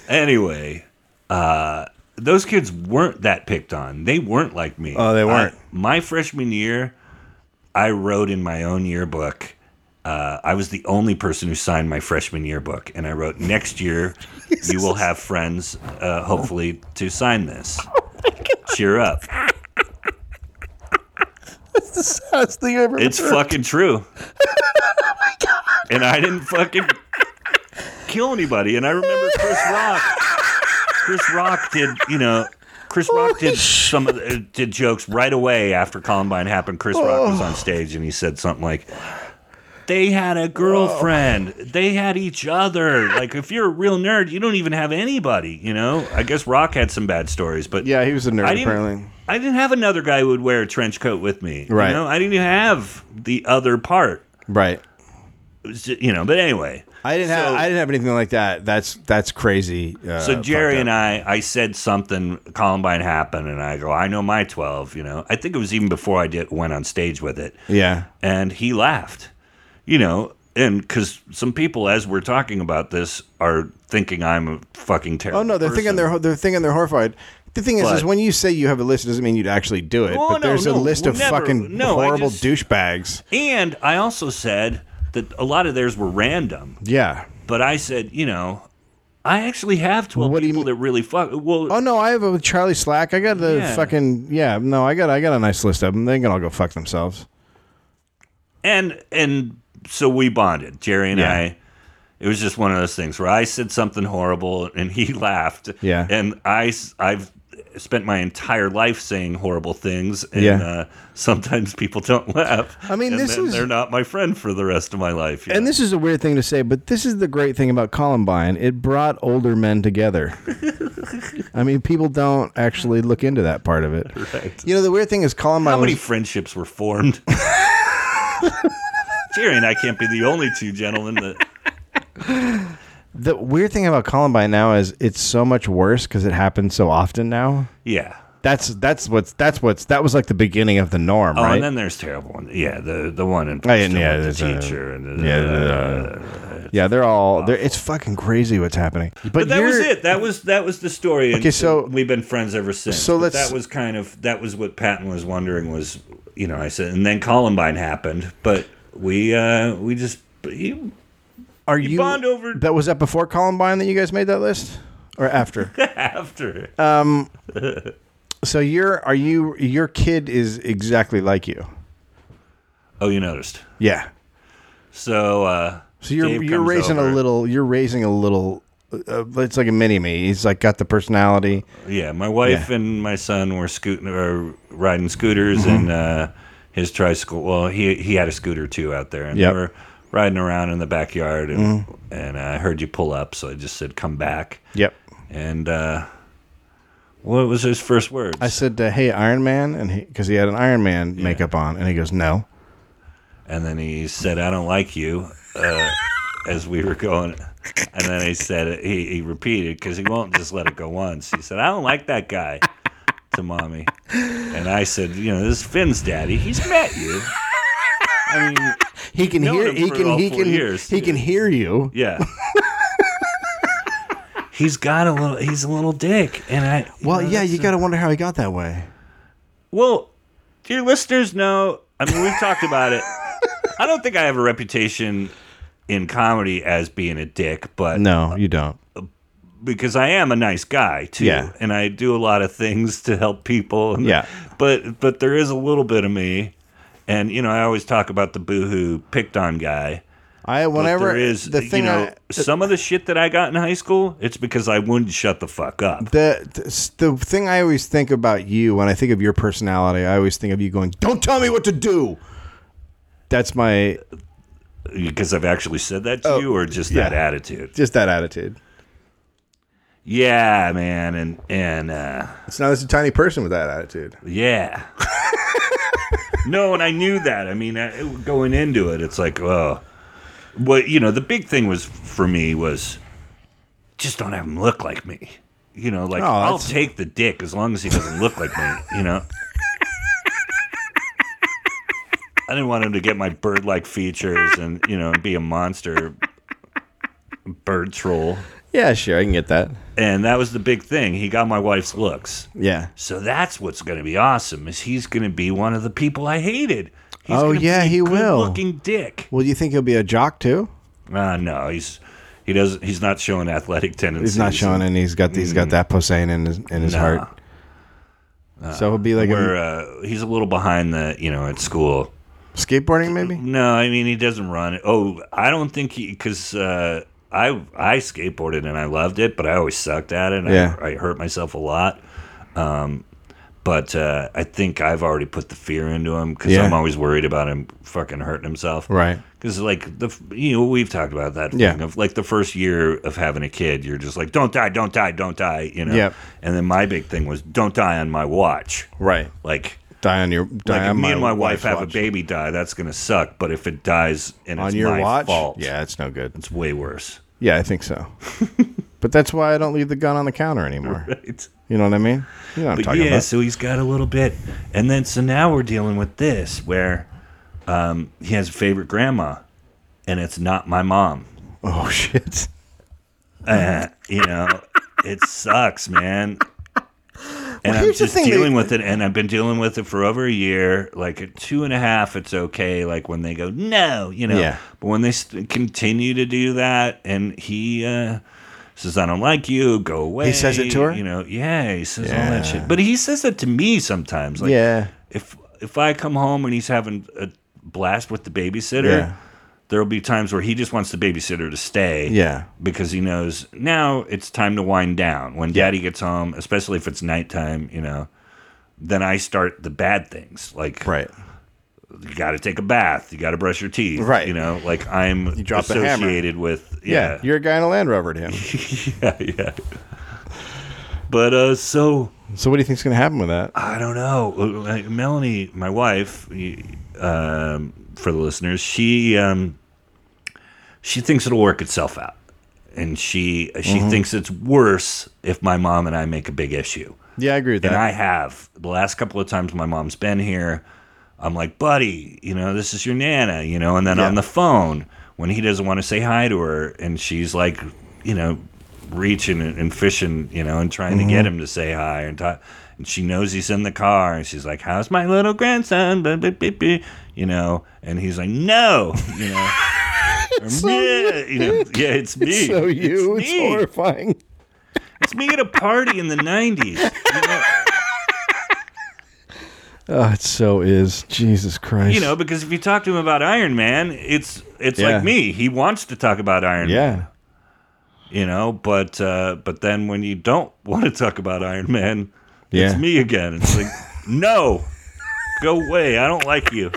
[SPEAKER 2] anyway, uh, those kids weren't that picked on. They weren't like me.
[SPEAKER 1] Oh, they weren't.
[SPEAKER 2] I- my freshman year, I wrote in my own yearbook. Uh, I was the only person who signed my freshman yearbook, and I wrote, "Next year, you will have friends, uh, hopefully, to sign this.
[SPEAKER 1] Oh
[SPEAKER 2] Cheer up!
[SPEAKER 1] that's the thing I ever
[SPEAKER 2] It's fucking true." And I didn't fucking kill anybody. And I remember Chris Rock. Chris Rock did, you know, Chris Rock did some of the, did jokes right away after Columbine happened. Chris Rock was on stage and he said something like, "They had a girlfriend. They had each other. Like if you're a real nerd, you don't even have anybody. You know. I guess Rock had some bad stories, but
[SPEAKER 1] Yeah, he was a nerd
[SPEAKER 2] I didn't,
[SPEAKER 1] apparently.
[SPEAKER 2] I didn't have another guy who would wear a trench coat with me.
[SPEAKER 1] Right.
[SPEAKER 2] You know? I didn't even have the other part.
[SPEAKER 1] Right.
[SPEAKER 2] It was ju- you know. But anyway.
[SPEAKER 1] I didn't have
[SPEAKER 2] So-
[SPEAKER 1] I didn't have anything like that. That's that's crazy. Uh,
[SPEAKER 2] So Jerry and I, I said something. Columbine happened, and I go, I know my twelve. You know, I think it was even before I did went on stage with it,
[SPEAKER 1] yeah,
[SPEAKER 2] and he laughed. You know, and because some people, as we're talking about this, are thinking I'm a fucking terrible.
[SPEAKER 1] oh no, they're
[SPEAKER 2] person.
[SPEAKER 1] thinking they're ho- they're thinking they're horrified. The thing is, is
[SPEAKER 2] But-
[SPEAKER 1] when you say you have a list, it doesn't mean you'd actually do it.
[SPEAKER 2] Oh,
[SPEAKER 1] but
[SPEAKER 2] no,
[SPEAKER 1] there's a
[SPEAKER 2] no,
[SPEAKER 1] list
[SPEAKER 2] we'll
[SPEAKER 1] of
[SPEAKER 2] never-
[SPEAKER 1] fucking
[SPEAKER 2] no, I
[SPEAKER 1] horrible
[SPEAKER 2] just-
[SPEAKER 1] douchebags.
[SPEAKER 2] And I also said that a lot of theirs were random,
[SPEAKER 1] Yeah.
[SPEAKER 2] but I said, you know, I actually have twelve
[SPEAKER 1] What do you
[SPEAKER 2] people
[SPEAKER 1] mean?
[SPEAKER 2] that really fuck. Well,
[SPEAKER 1] Oh no, I have a with Charlie Slack. I got the
[SPEAKER 2] Yeah.
[SPEAKER 1] fucking yeah. No, I got I got a nice list of them. They can all go fuck themselves.
[SPEAKER 2] and and so we bonded jerry and
[SPEAKER 1] Yeah.
[SPEAKER 2] i it was just one of those things where i said something horrible and he laughed
[SPEAKER 1] Yeah.
[SPEAKER 2] and i s- i've spent my entire life saying horrible things and
[SPEAKER 1] Yeah.
[SPEAKER 2] uh, sometimes people don't laugh
[SPEAKER 1] I mean,
[SPEAKER 2] and
[SPEAKER 1] this
[SPEAKER 2] then
[SPEAKER 1] is-
[SPEAKER 2] they're not my friend for the rest of my life you
[SPEAKER 1] And
[SPEAKER 2] know?
[SPEAKER 1] this is a weird thing to say, but this is the great thing about Columbine. It brought older men together. I mean, people don't actually look into that part of it.
[SPEAKER 2] Right.
[SPEAKER 1] You know, the weird thing is Columbine.
[SPEAKER 2] how many
[SPEAKER 1] was-
[SPEAKER 2] friendships were formed Jerry and I can't be the only two gentlemen that.
[SPEAKER 1] The weird thing about Columbine now is it's so much worse because it happens so often now.
[SPEAKER 2] Yeah.
[SPEAKER 1] That's that's what's that's what's that was like the beginning of the norm,
[SPEAKER 2] Oh,
[SPEAKER 1] right?
[SPEAKER 2] and then there's terrible ones. Yeah, the the one in
[SPEAKER 1] I didn't-
[SPEAKER 2] Princeton
[SPEAKER 1] yeah,
[SPEAKER 2] with the uh,
[SPEAKER 1] there's a-
[SPEAKER 2] teacher and
[SPEAKER 1] yeah, uh, yeah, they're all they're, it's fucking crazy what's happening. But,
[SPEAKER 2] But that was
[SPEAKER 1] you're-
[SPEAKER 2] it. That was that was the story. and
[SPEAKER 1] Okay, so-
[SPEAKER 2] we've been friends ever since.
[SPEAKER 1] so
[SPEAKER 2] But
[SPEAKER 1] let's-
[SPEAKER 2] that was kind of that was what Patton was wondering was you know I said and then Columbine happened, but we uh we just you,
[SPEAKER 1] Are
[SPEAKER 2] you
[SPEAKER 1] you
[SPEAKER 2] bond over
[SPEAKER 1] that was that before Columbine that you guys made that list or after?
[SPEAKER 2] after
[SPEAKER 1] so you're are you your kid is exactly like you?
[SPEAKER 2] oh you noticed
[SPEAKER 1] Yeah.
[SPEAKER 2] so uh
[SPEAKER 1] So you're
[SPEAKER 2] Dave
[SPEAKER 1] you're
[SPEAKER 2] comes
[SPEAKER 1] raising
[SPEAKER 2] over.
[SPEAKER 1] a little. You're raising a little. Uh, it's like a mini me. He's like got the personality.
[SPEAKER 2] yeah my wife and my son were scooting or riding scooters
[SPEAKER 1] Mm-hmm.
[SPEAKER 2] and uh his tricycle well he he had a scooter too out there and
[SPEAKER 1] Yep. Mm-hmm.
[SPEAKER 2] we were riding around in the backyard and and I heard you pull up so I just said come back
[SPEAKER 1] Yep.
[SPEAKER 2] And uh, what was his first words?
[SPEAKER 1] I said, uh, "Hey, Iron Man," and he because he had an Iron Man makeup on, and he goes, "No."
[SPEAKER 2] and then he said, "I don't like you." Uh, as we were going, and then he said he, he repeated because he won't just let it go once. He said, "I don't like that guy." To mommy, and I said, "You know, this is Finn's daddy. He's met you." I mean,
[SPEAKER 1] He can
[SPEAKER 2] Known
[SPEAKER 1] hear.
[SPEAKER 2] him
[SPEAKER 1] He
[SPEAKER 2] for
[SPEAKER 1] can.
[SPEAKER 2] all
[SPEAKER 1] He
[SPEAKER 2] four
[SPEAKER 1] can.
[SPEAKER 2] years,
[SPEAKER 1] He
[SPEAKER 2] yeah.
[SPEAKER 1] can hear you.
[SPEAKER 2] yeah. He's got a little. He's a little dick, and I.
[SPEAKER 1] Well,
[SPEAKER 2] know,
[SPEAKER 1] yeah,
[SPEAKER 2] that's-
[SPEAKER 1] you got to wonder how he got that way.
[SPEAKER 2] Well, dear listeners know, I mean, we've talked about it. I don't think I have a reputation in comedy as being a dick, but
[SPEAKER 1] No, you don't.
[SPEAKER 2] because I am a nice guy too,
[SPEAKER 1] Yeah.
[SPEAKER 2] and I do a lot of things to help people. and-
[SPEAKER 1] Yeah.
[SPEAKER 2] but but there is a little bit of me, and you know, I always talk about the boohoo picked on guy.
[SPEAKER 1] I
[SPEAKER 2] But
[SPEAKER 1] whenever
[SPEAKER 2] there is,
[SPEAKER 1] the thing
[SPEAKER 2] you know,
[SPEAKER 1] I,
[SPEAKER 2] some of the shit that I got in high school, it's because I wouldn't shut the fuck up.
[SPEAKER 1] the, the s- the thing I always think about you when I think of your personality, I always think of you going, "Don't tell me what to do." That's my
[SPEAKER 2] Because I've actually said that to you, or just that
[SPEAKER 1] Oh, yeah.
[SPEAKER 2] attitude.
[SPEAKER 1] just that attitude.
[SPEAKER 2] Yeah, man, and and uh,
[SPEAKER 1] It's not as a tiny person with that attitude.
[SPEAKER 2] yeah. no, and I knew that. I mean, I, going into it, it's like, oh, what you know. The big thing was for me was just don't have him look like me. You know, like
[SPEAKER 1] Oh,
[SPEAKER 2] I'll
[SPEAKER 1] that's-
[SPEAKER 2] take the dick as long as he doesn't look like me. You know. I didn't want him to get my bird-like features and you know and be a monster bird troll.
[SPEAKER 1] Yeah, sure, I can get that.
[SPEAKER 2] And that was the big thing. He got my wife's looks.
[SPEAKER 1] Yeah.
[SPEAKER 2] So that's what's going to be awesome is he's going to be one of the people I hated. He's
[SPEAKER 1] Oh,
[SPEAKER 2] gonna
[SPEAKER 1] yeah,
[SPEAKER 2] be a
[SPEAKER 1] he will.
[SPEAKER 2] Looking dick.
[SPEAKER 1] Well, you think he'll be a jock too?
[SPEAKER 2] Uh, no, he's he doesn't. He's not showing athletic tendencies.
[SPEAKER 1] He's not showing, and he's got he's got that Posehn in his in his
[SPEAKER 2] Nah.
[SPEAKER 1] heart. so he'll be like
[SPEAKER 2] Where
[SPEAKER 1] a
[SPEAKER 2] uh, he's a little behind the you know at school.
[SPEAKER 1] skateboarding, maybe.
[SPEAKER 2] No, I mean he doesn't run. Oh, I don't think he because uh, I I skateboarded and I loved it, but I always sucked at it. And
[SPEAKER 1] Yeah.
[SPEAKER 2] I, I hurt myself a lot. Um, but uh, I think I've already put the fear into him because
[SPEAKER 1] Yeah.
[SPEAKER 2] I'm always worried about him fucking hurting himself.
[SPEAKER 1] Right.
[SPEAKER 2] Because like the f- you know we've talked about that
[SPEAKER 1] Yeah.
[SPEAKER 2] thing of like the first year of having a kid, you're just like don't die, don't die, don't die. You know.
[SPEAKER 1] Yep.
[SPEAKER 2] And then my big thing was don't die on my watch.
[SPEAKER 1] Right.
[SPEAKER 2] Like
[SPEAKER 1] Die on your die
[SPEAKER 2] like if
[SPEAKER 1] on
[SPEAKER 2] me and my wife
[SPEAKER 1] wife's
[SPEAKER 2] have a
[SPEAKER 1] watch.
[SPEAKER 2] baby die, that's gonna suck. But if it dies and
[SPEAKER 1] on
[SPEAKER 2] it's
[SPEAKER 1] your
[SPEAKER 2] my
[SPEAKER 1] watch.
[SPEAKER 2] fault,
[SPEAKER 1] Yeah, it's no good.
[SPEAKER 2] it's way worse.
[SPEAKER 1] Yeah, I think so. but that's why I don't leave the gun on the counter anymore.
[SPEAKER 2] Right?
[SPEAKER 1] You know what I mean? You know what I'm
[SPEAKER 2] But
[SPEAKER 1] talking
[SPEAKER 2] yeah,
[SPEAKER 1] about.
[SPEAKER 2] so he's got a little bit, and then so now we're dealing with this where um, he has a favorite grandma, and it's not my mom.
[SPEAKER 1] Oh shit.
[SPEAKER 2] Uh, you know, it sucks, man. And I'm
[SPEAKER 1] here's the
[SPEAKER 2] just
[SPEAKER 1] thing,
[SPEAKER 2] dealing
[SPEAKER 1] they-
[SPEAKER 2] with it, and I've been dealing with it for over a year. Like at two and a half, it's okay. Like when they go, no, you know.
[SPEAKER 1] Yeah.
[SPEAKER 2] But when they st- continue to do that, and he uh, says, "I don't like you, go away."
[SPEAKER 1] He says it to her?
[SPEAKER 2] You know, yeah, he says all
[SPEAKER 1] Yeah.
[SPEAKER 2] that shit. But he says it to me sometimes. Like,
[SPEAKER 1] Yeah.
[SPEAKER 2] If if I come home and he's having a blast with the babysitter,
[SPEAKER 1] Yeah.
[SPEAKER 2] there'll be times where he just wants the babysitter to stay
[SPEAKER 1] Yeah.
[SPEAKER 2] because he knows now it's time to wind down. When daddy gets home, especially if it's nighttime, you know, then I start the bad things. Like,
[SPEAKER 1] Right.
[SPEAKER 2] you got to take a bath, you got to brush your teeth.
[SPEAKER 1] Right.
[SPEAKER 2] You know, like I'm
[SPEAKER 1] drop the hammer.
[SPEAKER 2] associated with.
[SPEAKER 1] Yeah.
[SPEAKER 2] Yeah.
[SPEAKER 1] You're a guy in a Land Rover to him.
[SPEAKER 2] Yeah. yeah. But uh, so
[SPEAKER 1] so what do you think's gonna happen with that?
[SPEAKER 2] I don't know. Uh, Melanie, my wife, y- um, for the listeners, she um, she thinks it'll work itself out, and she she thinks it's worse if my mom and I make a big issue.
[SPEAKER 1] Yeah, I agree with that.
[SPEAKER 2] And I have the last couple of times my mom's been here. I'm like, buddy, you know, this is your nana, you know, and then on the phone when he doesn't want to say hi to her, and she's like, you know, reaching and, and fishing, you know, and trying to get him to say hi, and ta- and she knows he's in the car, and she's like, how's my little grandson, Blah, blah, blah, blah, you know, and he's like, no, you know. Or, "Meh," you know, yeah, it's me.
[SPEAKER 1] so you,
[SPEAKER 2] it's
[SPEAKER 1] it's,
[SPEAKER 2] me.
[SPEAKER 1] horrifying.
[SPEAKER 2] It's me at a party in the '90s. you know?
[SPEAKER 1] Oh, it so is. Jesus Christ.
[SPEAKER 2] You know, because if you talk to him about Iron Man, it's it's
[SPEAKER 1] Yeah.
[SPEAKER 2] like me. He wants to talk about Iron Man.
[SPEAKER 1] Yeah.
[SPEAKER 2] You know, but uh, but then when you don't want to talk about Iron Man,
[SPEAKER 1] Yeah.
[SPEAKER 2] it's me again. It's like, no, go away. I don't like you.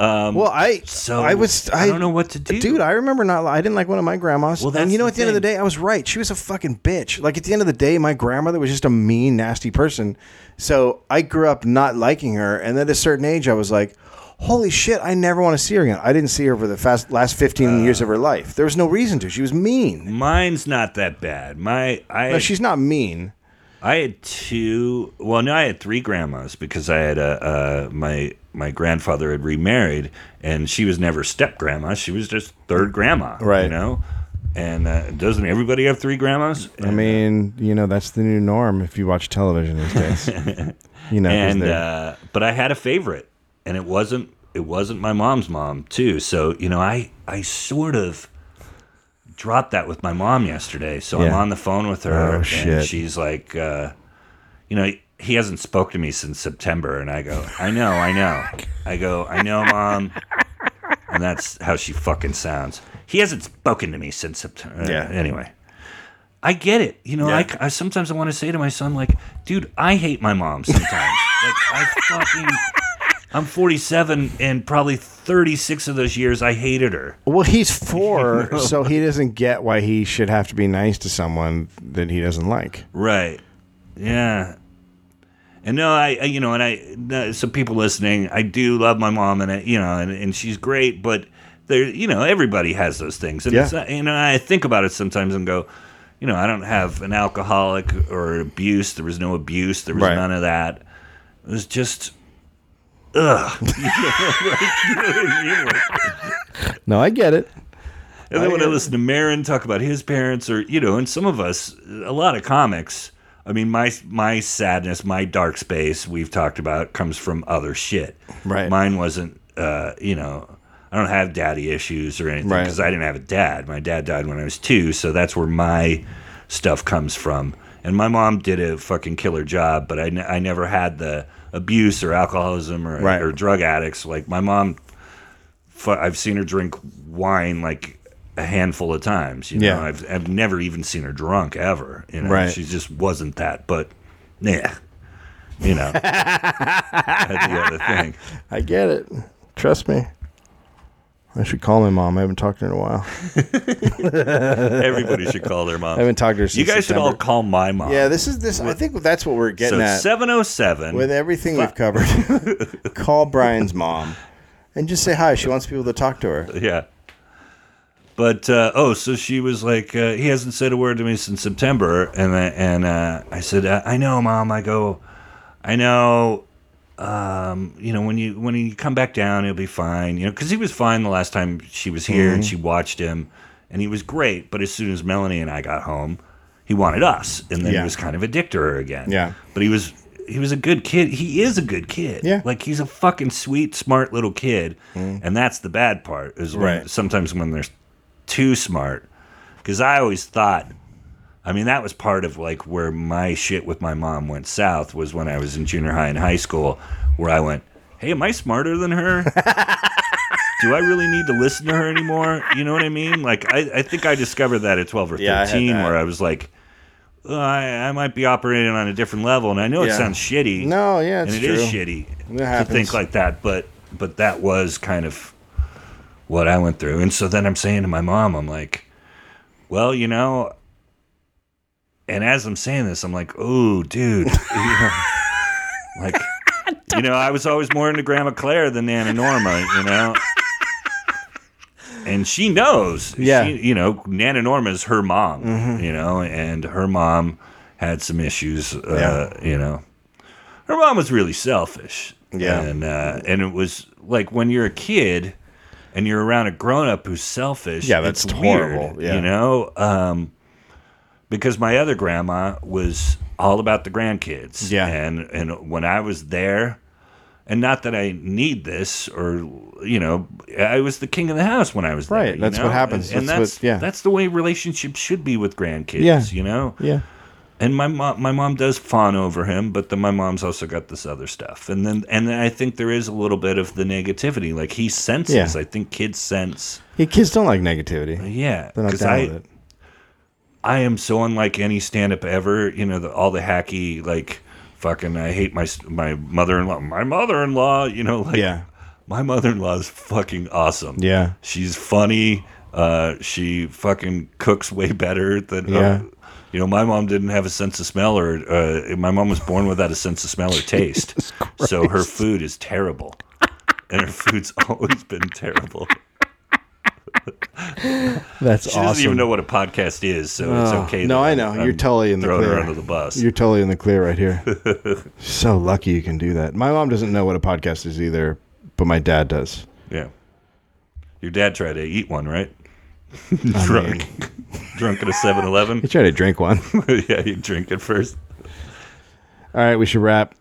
[SPEAKER 1] well, I
[SPEAKER 2] So
[SPEAKER 1] I was I,
[SPEAKER 2] don't know what to do,
[SPEAKER 1] Dude, I remember not. I didn't like one of my grandmas.
[SPEAKER 2] Well,
[SPEAKER 1] and
[SPEAKER 2] that's
[SPEAKER 1] you know,
[SPEAKER 2] the
[SPEAKER 1] at the end of the
[SPEAKER 2] thing.
[SPEAKER 1] day, I was right. She was a fucking bitch. Like at the end of the day, my grandmother was just a mean, nasty person. So I grew up not liking her, and at a certain age, I was like, "Holy shit, I never want to see her again." I didn't see her for the fast, last
[SPEAKER 2] Uh.
[SPEAKER 1] fifteen years of her life. There was no reason to. She was mean.
[SPEAKER 2] Mine's not that bad. My I
[SPEAKER 1] No, she's not mean.
[SPEAKER 2] I had two. Well, no, I had three grandmas because I had a, uh my my grandfather had remarried, and she was never step grandma. She was just third grandma, You
[SPEAKER 1] Right.
[SPEAKER 2] know, and uh, doesn't everybody have three grandmas?
[SPEAKER 1] I mean, you know, that's the new norm if you watch television these days. you know, 'cause
[SPEAKER 2] and
[SPEAKER 1] they're-
[SPEAKER 2] uh, but I had a favorite, and it wasn't it wasn't my mom's mom too. So you know, I I sort of dropped that with my mom yesterday. So I'm
[SPEAKER 1] Yeah.
[SPEAKER 2] on the phone with her,
[SPEAKER 1] Oh,
[SPEAKER 2] and
[SPEAKER 1] shit.
[SPEAKER 2] she's like, uh, you know, he hasn't spoke to me since September, and I go, I know, I know, I go, I know, mom. And that's how she fucking sounds. He hasn't spoken to me since September.
[SPEAKER 1] Yeah.
[SPEAKER 2] Anyway, I get it. You know,
[SPEAKER 1] Yeah.
[SPEAKER 2] I, I sometimes I want to say to my son, like, dude, I hate my mom sometimes. like, I fucking, I'm 47, and probably 36 of those years I hated her.
[SPEAKER 1] Well, he's four, so he doesn't get why he should have to be nice to someone that he doesn't like.
[SPEAKER 2] Right. Yeah. And no, I, I you know, and I, no, so people listening, I do love my mom, and I, you know, and, and she's great, but there, you know, everybody has those things, and
[SPEAKER 1] Yeah.
[SPEAKER 2] it's not- you know, I think about it sometimes and go, you know, I don't have an alcoholic or abuse. There was no abuse. There was
[SPEAKER 1] Right.
[SPEAKER 2] none of that. It was just, ugh. You know, like, you know what I mean? Like,
[SPEAKER 1] No, I get it.
[SPEAKER 2] and then when I
[SPEAKER 1] yeah.
[SPEAKER 2] listen to Marin talk about his parents, or you know, and some of us, a lot of comics. I mean, my my sadness, my dark space we've talked about comes from other shit.
[SPEAKER 1] Right.
[SPEAKER 2] Mine wasn't. Uh, you know, I don't have daddy issues or anything
[SPEAKER 1] Right.
[SPEAKER 2] because I didn't have a dad. My dad died when I was two, so that's where my stuff comes from. And my mom did a fucking killer job, but I ne- I never had the abuse or alcoholism or,
[SPEAKER 1] Right.
[SPEAKER 2] or drug addicts. Like my mom fu- I've seen her drink wine like a handful of times. You know,
[SPEAKER 1] Yeah.
[SPEAKER 2] I've I've never even seen her drunk ever. You know,
[SPEAKER 1] Right.
[SPEAKER 2] she just wasn't that. But yeah, you know, that's the other thing.
[SPEAKER 1] I get it. Trust me. I should call my mom. I haven't talked to her in a while.
[SPEAKER 2] Everybody should call their mom.
[SPEAKER 1] I haven't talked to her since
[SPEAKER 2] You guys should all
[SPEAKER 1] September.
[SPEAKER 2] call my mom.
[SPEAKER 1] Yeah, this is this. I think that's what we're getting
[SPEAKER 2] So
[SPEAKER 1] at
[SPEAKER 2] seven oh seven.
[SPEAKER 1] with everything we've covered. call Brian's mom and just say hi. She wants people to talk to her.
[SPEAKER 2] Yeah. But uh, oh, so she was like, uh, he hasn't said a word to me since September, and I, and uh, I said, I, I know, mom. I go, I know. Um, you know, when you when you come back down, he'll be fine. You know, because he was fine the last time she was here,
[SPEAKER 1] Mm-hmm.
[SPEAKER 2] and she watched him, and he was great. But as soon as Melanie and I got home, he wanted us, and then
[SPEAKER 1] Yeah.
[SPEAKER 2] he was kind of a dick to her again.
[SPEAKER 1] Yeah.
[SPEAKER 2] But he was he was a good kid. He is a good kid.
[SPEAKER 1] Yeah. Mm.
[SPEAKER 2] Like he's a fucking sweet, smart little kid, and that's the bad part is when,
[SPEAKER 1] Right.
[SPEAKER 2] sometimes when they're too smart. Because I always thought, I mean, that was part of like where my shit with my mom went south was when I was in junior high and high school, where I went, "Hey, am I smarter than her?" Do I really need to listen to her anymore? You know what I mean? Like, I, I think I discovered that at 12 or 13,
[SPEAKER 1] Yeah, I had that.
[SPEAKER 2] where I was like, "Oh, I, I might be operating on a different level. And I know it
[SPEAKER 1] Yeah.
[SPEAKER 2] sounds shitty.
[SPEAKER 1] No, yeah,
[SPEAKER 2] and
[SPEAKER 1] it's
[SPEAKER 2] it
[SPEAKER 1] true.
[SPEAKER 2] is shitty to
[SPEAKER 1] happens.
[SPEAKER 2] think like that. But but that was kind of what I went through. And so then I'm saying to my mom, I'm like, well, you know, and as I'm saying this, I'm like, oh, dude, you know, like You know, I was always more into Grandma Claire than Nana Norma, you know? And she knows.
[SPEAKER 1] Yeah. Mm-hmm.
[SPEAKER 2] She, you know, Nana Norma is her mom, you know, and her mom had some issues, uh, you know. Her mom was really selfish.
[SPEAKER 1] Yeah.
[SPEAKER 2] And, uh, and it was like when you're a kid and you're around a grown up who's selfish.
[SPEAKER 1] Yeah, that's
[SPEAKER 2] it's
[SPEAKER 1] horrible.
[SPEAKER 2] Weird,
[SPEAKER 1] Yeah.
[SPEAKER 2] You know? Um, because my other grandma was all about the grandkids.
[SPEAKER 1] Yeah.
[SPEAKER 2] And and when I was there, and not that I need this or you know, I was the king of the house when I was there.
[SPEAKER 1] Right,
[SPEAKER 2] you
[SPEAKER 1] that's what
[SPEAKER 2] know?
[SPEAKER 1] happens.
[SPEAKER 2] And, and
[SPEAKER 1] That's
[SPEAKER 2] that's
[SPEAKER 1] what- yeah.
[SPEAKER 2] that's the way relationships should be with grandkids.
[SPEAKER 1] Yeah.
[SPEAKER 2] You know?
[SPEAKER 1] Yeah.
[SPEAKER 2] And my mom my mom does fawn over him, but then my mom's also got this other stuff. And then and then I think there is a little bit of the negativity. Like he senses.
[SPEAKER 1] Yeah.
[SPEAKER 2] I think kids sense
[SPEAKER 1] Yeah, kids don't like negativity.
[SPEAKER 2] yeah.
[SPEAKER 1] They're not
[SPEAKER 2] 'cause
[SPEAKER 1] down
[SPEAKER 2] I,
[SPEAKER 1] with it.
[SPEAKER 2] I am so unlike any stand up ever. You know, the, all the hacky, like, fucking, I hate my my mother in law. My mother in law, you know, like,
[SPEAKER 1] Yeah.
[SPEAKER 2] my mother in law is fucking awesome.
[SPEAKER 1] Yeah.
[SPEAKER 2] She's funny. Uh, she fucking cooks way better than.
[SPEAKER 1] Yeah.
[SPEAKER 2] Uh, you know, my mom didn't have a sense of smell, or uh, my mom was born without a sense of smell or taste. So her food is terrible, and her food's always been terrible.
[SPEAKER 1] That's
[SPEAKER 2] She doesn't even know what a podcast is, so it's
[SPEAKER 1] Oh,
[SPEAKER 2] okay.
[SPEAKER 1] No, I
[SPEAKER 2] that I'm-
[SPEAKER 1] know. You're
[SPEAKER 2] I'm
[SPEAKER 1] totally in the
[SPEAKER 2] throwing
[SPEAKER 1] clear.
[SPEAKER 2] her under the bus.
[SPEAKER 1] You're totally in the clear right here. so lucky you can do that. My mom doesn't know what a podcast is either, but my dad does.
[SPEAKER 2] yeah. Your dad tried to eat one, right?
[SPEAKER 1] I mean,
[SPEAKER 2] drunk, drunk at a 7-Eleven.
[SPEAKER 1] he tried to drink one. All
[SPEAKER 2] yeah, you drink it first.
[SPEAKER 1] right, we should wrap.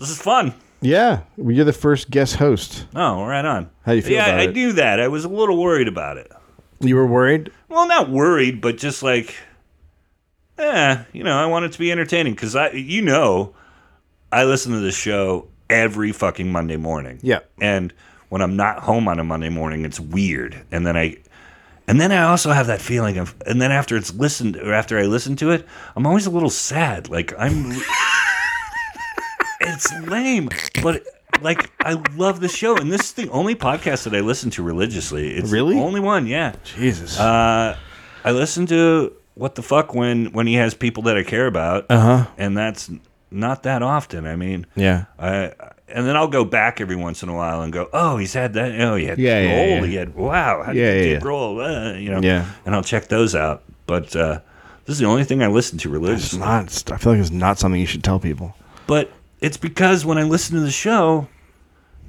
[SPEAKER 2] This is fun.
[SPEAKER 1] Yeah, well, you're the first guest host.
[SPEAKER 2] Oh, right on.
[SPEAKER 1] How do you feel
[SPEAKER 2] Yeah,
[SPEAKER 1] about
[SPEAKER 2] I, I
[SPEAKER 1] it?
[SPEAKER 2] knew that. I was a little worried about it.
[SPEAKER 1] You were worried?
[SPEAKER 2] Well, not worried, but just like, eh, you know, I want it to be entertaining because I, you know, I listen to this show every fucking Monday morning.
[SPEAKER 1] Yeah.
[SPEAKER 2] And when I'm not home on a Monday morning, it's weird. And then I, and then I also have that feeling of, and then after it's listened or after I listen to it, I'm always a little sad. Like I'm, it's lame, but. Like I love the show, and this is the only podcast that I listen to religiously. It's the
[SPEAKER 1] Really?
[SPEAKER 2] only one, yeah.
[SPEAKER 1] Jesus.
[SPEAKER 2] Uh, I listen to what the fuck when when he has people that I care about,
[SPEAKER 1] Uh-huh.
[SPEAKER 2] and that's not that often. I mean,
[SPEAKER 1] yeah.
[SPEAKER 2] I and then I'll go back every once in a while and go, oh, he's had that. Oh, he had
[SPEAKER 1] Yeah, yeah,
[SPEAKER 2] roll.
[SPEAKER 1] yeah.
[SPEAKER 2] He had wow. How
[SPEAKER 1] Yeah,
[SPEAKER 2] did
[SPEAKER 1] yeah,
[SPEAKER 2] yeah,
[SPEAKER 1] yeah.
[SPEAKER 2] roll? Uh, you know.
[SPEAKER 1] Yeah.
[SPEAKER 2] And I'll check those out, but uh, this is the only thing I listen to
[SPEAKER 1] It's
[SPEAKER 2] religiously.
[SPEAKER 1] not, I feel like it's not something you should tell people.
[SPEAKER 2] But it's because when I listen to the show,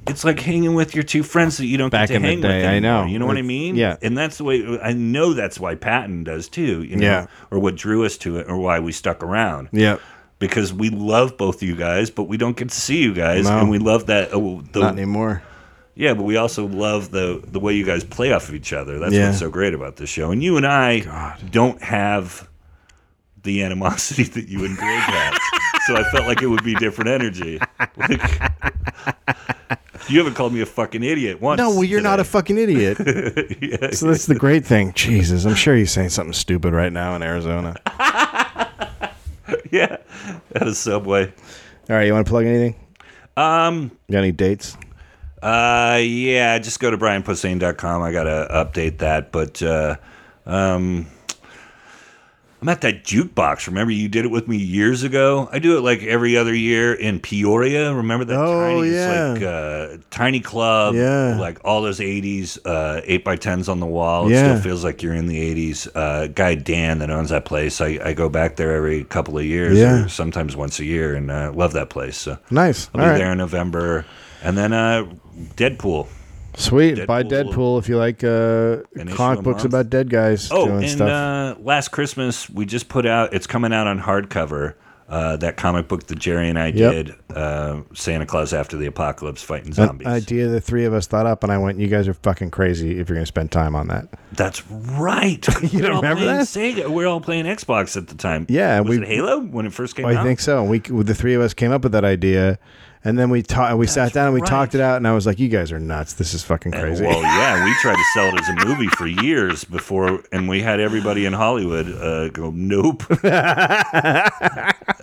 [SPEAKER 2] it's like hanging with your two friends that you don't
[SPEAKER 1] Back
[SPEAKER 2] get to
[SPEAKER 1] in the
[SPEAKER 2] hang
[SPEAKER 1] day,
[SPEAKER 2] with.
[SPEAKER 1] I know.
[SPEAKER 2] anymore. You know what I
[SPEAKER 1] It's-
[SPEAKER 2] mean?
[SPEAKER 1] yeah.
[SPEAKER 2] And that's the way I know that's why Patton does too. You know,
[SPEAKER 1] Yeah.
[SPEAKER 2] or what drew us to it, or why we stuck around.
[SPEAKER 1] Yeah.
[SPEAKER 2] Because we love both you guys, but we don't get to see you guys,
[SPEAKER 1] No.
[SPEAKER 2] and we love that. Oh, the,
[SPEAKER 1] Not anymore.
[SPEAKER 2] yeah, but we also love the the way you guys play off of each other. That's
[SPEAKER 1] Yeah.
[SPEAKER 2] what's so great about this show. And you and I
[SPEAKER 1] God.
[SPEAKER 2] don't have the animosity that you and Greg have. so I felt like it would be different energy. Like, you haven't called me a fucking idiot once.
[SPEAKER 1] No, well, you're not a
[SPEAKER 2] today.
[SPEAKER 1] fucking idiot. So that's the great thing. Jesus, I'm sure he's saying something stupid right now in Arizona.
[SPEAKER 2] yeah, at a subway.
[SPEAKER 1] All right, you want to plug anything? Um, got any dates?
[SPEAKER 2] Uh, yeah, just go to brianpussane.com. I gotta update that, but uh, um, I'm at that jukebox. Remember, you did it with me years ago. I do it like every other year in Peoria. Remember that
[SPEAKER 1] Oh,
[SPEAKER 2] tiny, it's
[SPEAKER 1] yeah.
[SPEAKER 2] like uh, tiny club,
[SPEAKER 1] Yeah.
[SPEAKER 2] like all those '80s uh, eight by tens on the wall. It
[SPEAKER 1] Yeah.
[SPEAKER 2] still feels like you're in the '80s. Uh, guy Dan that owns that place. I, I go back there every couple of years,
[SPEAKER 1] Yeah.
[SPEAKER 2] or sometimes once a year, and uh, love that place. So.
[SPEAKER 1] Nice.
[SPEAKER 2] I'll
[SPEAKER 1] All
[SPEAKER 2] be
[SPEAKER 1] right.
[SPEAKER 2] there in November, and then uh, Deadpool.
[SPEAKER 1] Sweet. Buy
[SPEAKER 2] Deadpool.
[SPEAKER 1] Deadpool if you like uh,
[SPEAKER 2] An issue
[SPEAKER 1] comic
[SPEAKER 2] a
[SPEAKER 1] books
[SPEAKER 2] month.
[SPEAKER 1] about dead guys
[SPEAKER 2] Oh,
[SPEAKER 1] doing
[SPEAKER 2] and
[SPEAKER 1] stuff.
[SPEAKER 2] uh, last Christmas we just put out. It's coming out on hardcover. Uh, that comic book that Jerry and I
[SPEAKER 1] Yep. Uh,
[SPEAKER 2] did, uh, Santa Claus After the Apocalypse, fighting
[SPEAKER 1] An
[SPEAKER 2] zombies.
[SPEAKER 1] idea the three of us thought up, and I went, "You guys are fucking crazy if you're going to spend time on that."
[SPEAKER 2] That's right.
[SPEAKER 1] You don't
[SPEAKER 2] We're all
[SPEAKER 1] remember
[SPEAKER 2] playing
[SPEAKER 1] that?
[SPEAKER 2] Sega. We are all playing Xbox at the time.
[SPEAKER 1] Yeah,
[SPEAKER 2] was
[SPEAKER 1] we-
[SPEAKER 2] it Halo when it first came
[SPEAKER 1] I
[SPEAKER 2] out?
[SPEAKER 1] think so. And we, the three of us, came up with that idea, and then we ta- we sat down and we
[SPEAKER 2] right.
[SPEAKER 1] talked it out, and I was like, "You guys are nuts. This is fucking crazy."
[SPEAKER 2] Well, yeah, we tried to sell it as a movie for years before, and we had everybody in Hollywood uh, go, nope.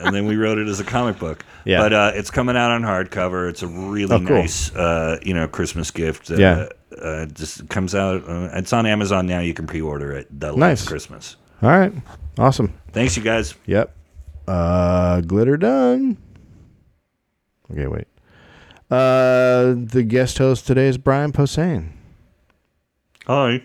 [SPEAKER 2] and then we wrote it as a comic book.
[SPEAKER 1] Yeah.
[SPEAKER 2] But uh, it's coming out on hardcover. It's a really
[SPEAKER 1] Oh, cool.
[SPEAKER 2] nice, uh, you know, Christmas gift. Uh,
[SPEAKER 1] Yeah.
[SPEAKER 2] Uh, just comes out. Uh, it's on Amazon now. You can pre-order it. The
[SPEAKER 1] Nice.
[SPEAKER 2] last Christmas.
[SPEAKER 1] All right, awesome.
[SPEAKER 2] Thanks, you guys.
[SPEAKER 1] Yep. Uh, glitter done. Okay, wait. Uh, the guest host today is Brian Posehn.
[SPEAKER 2] Hi.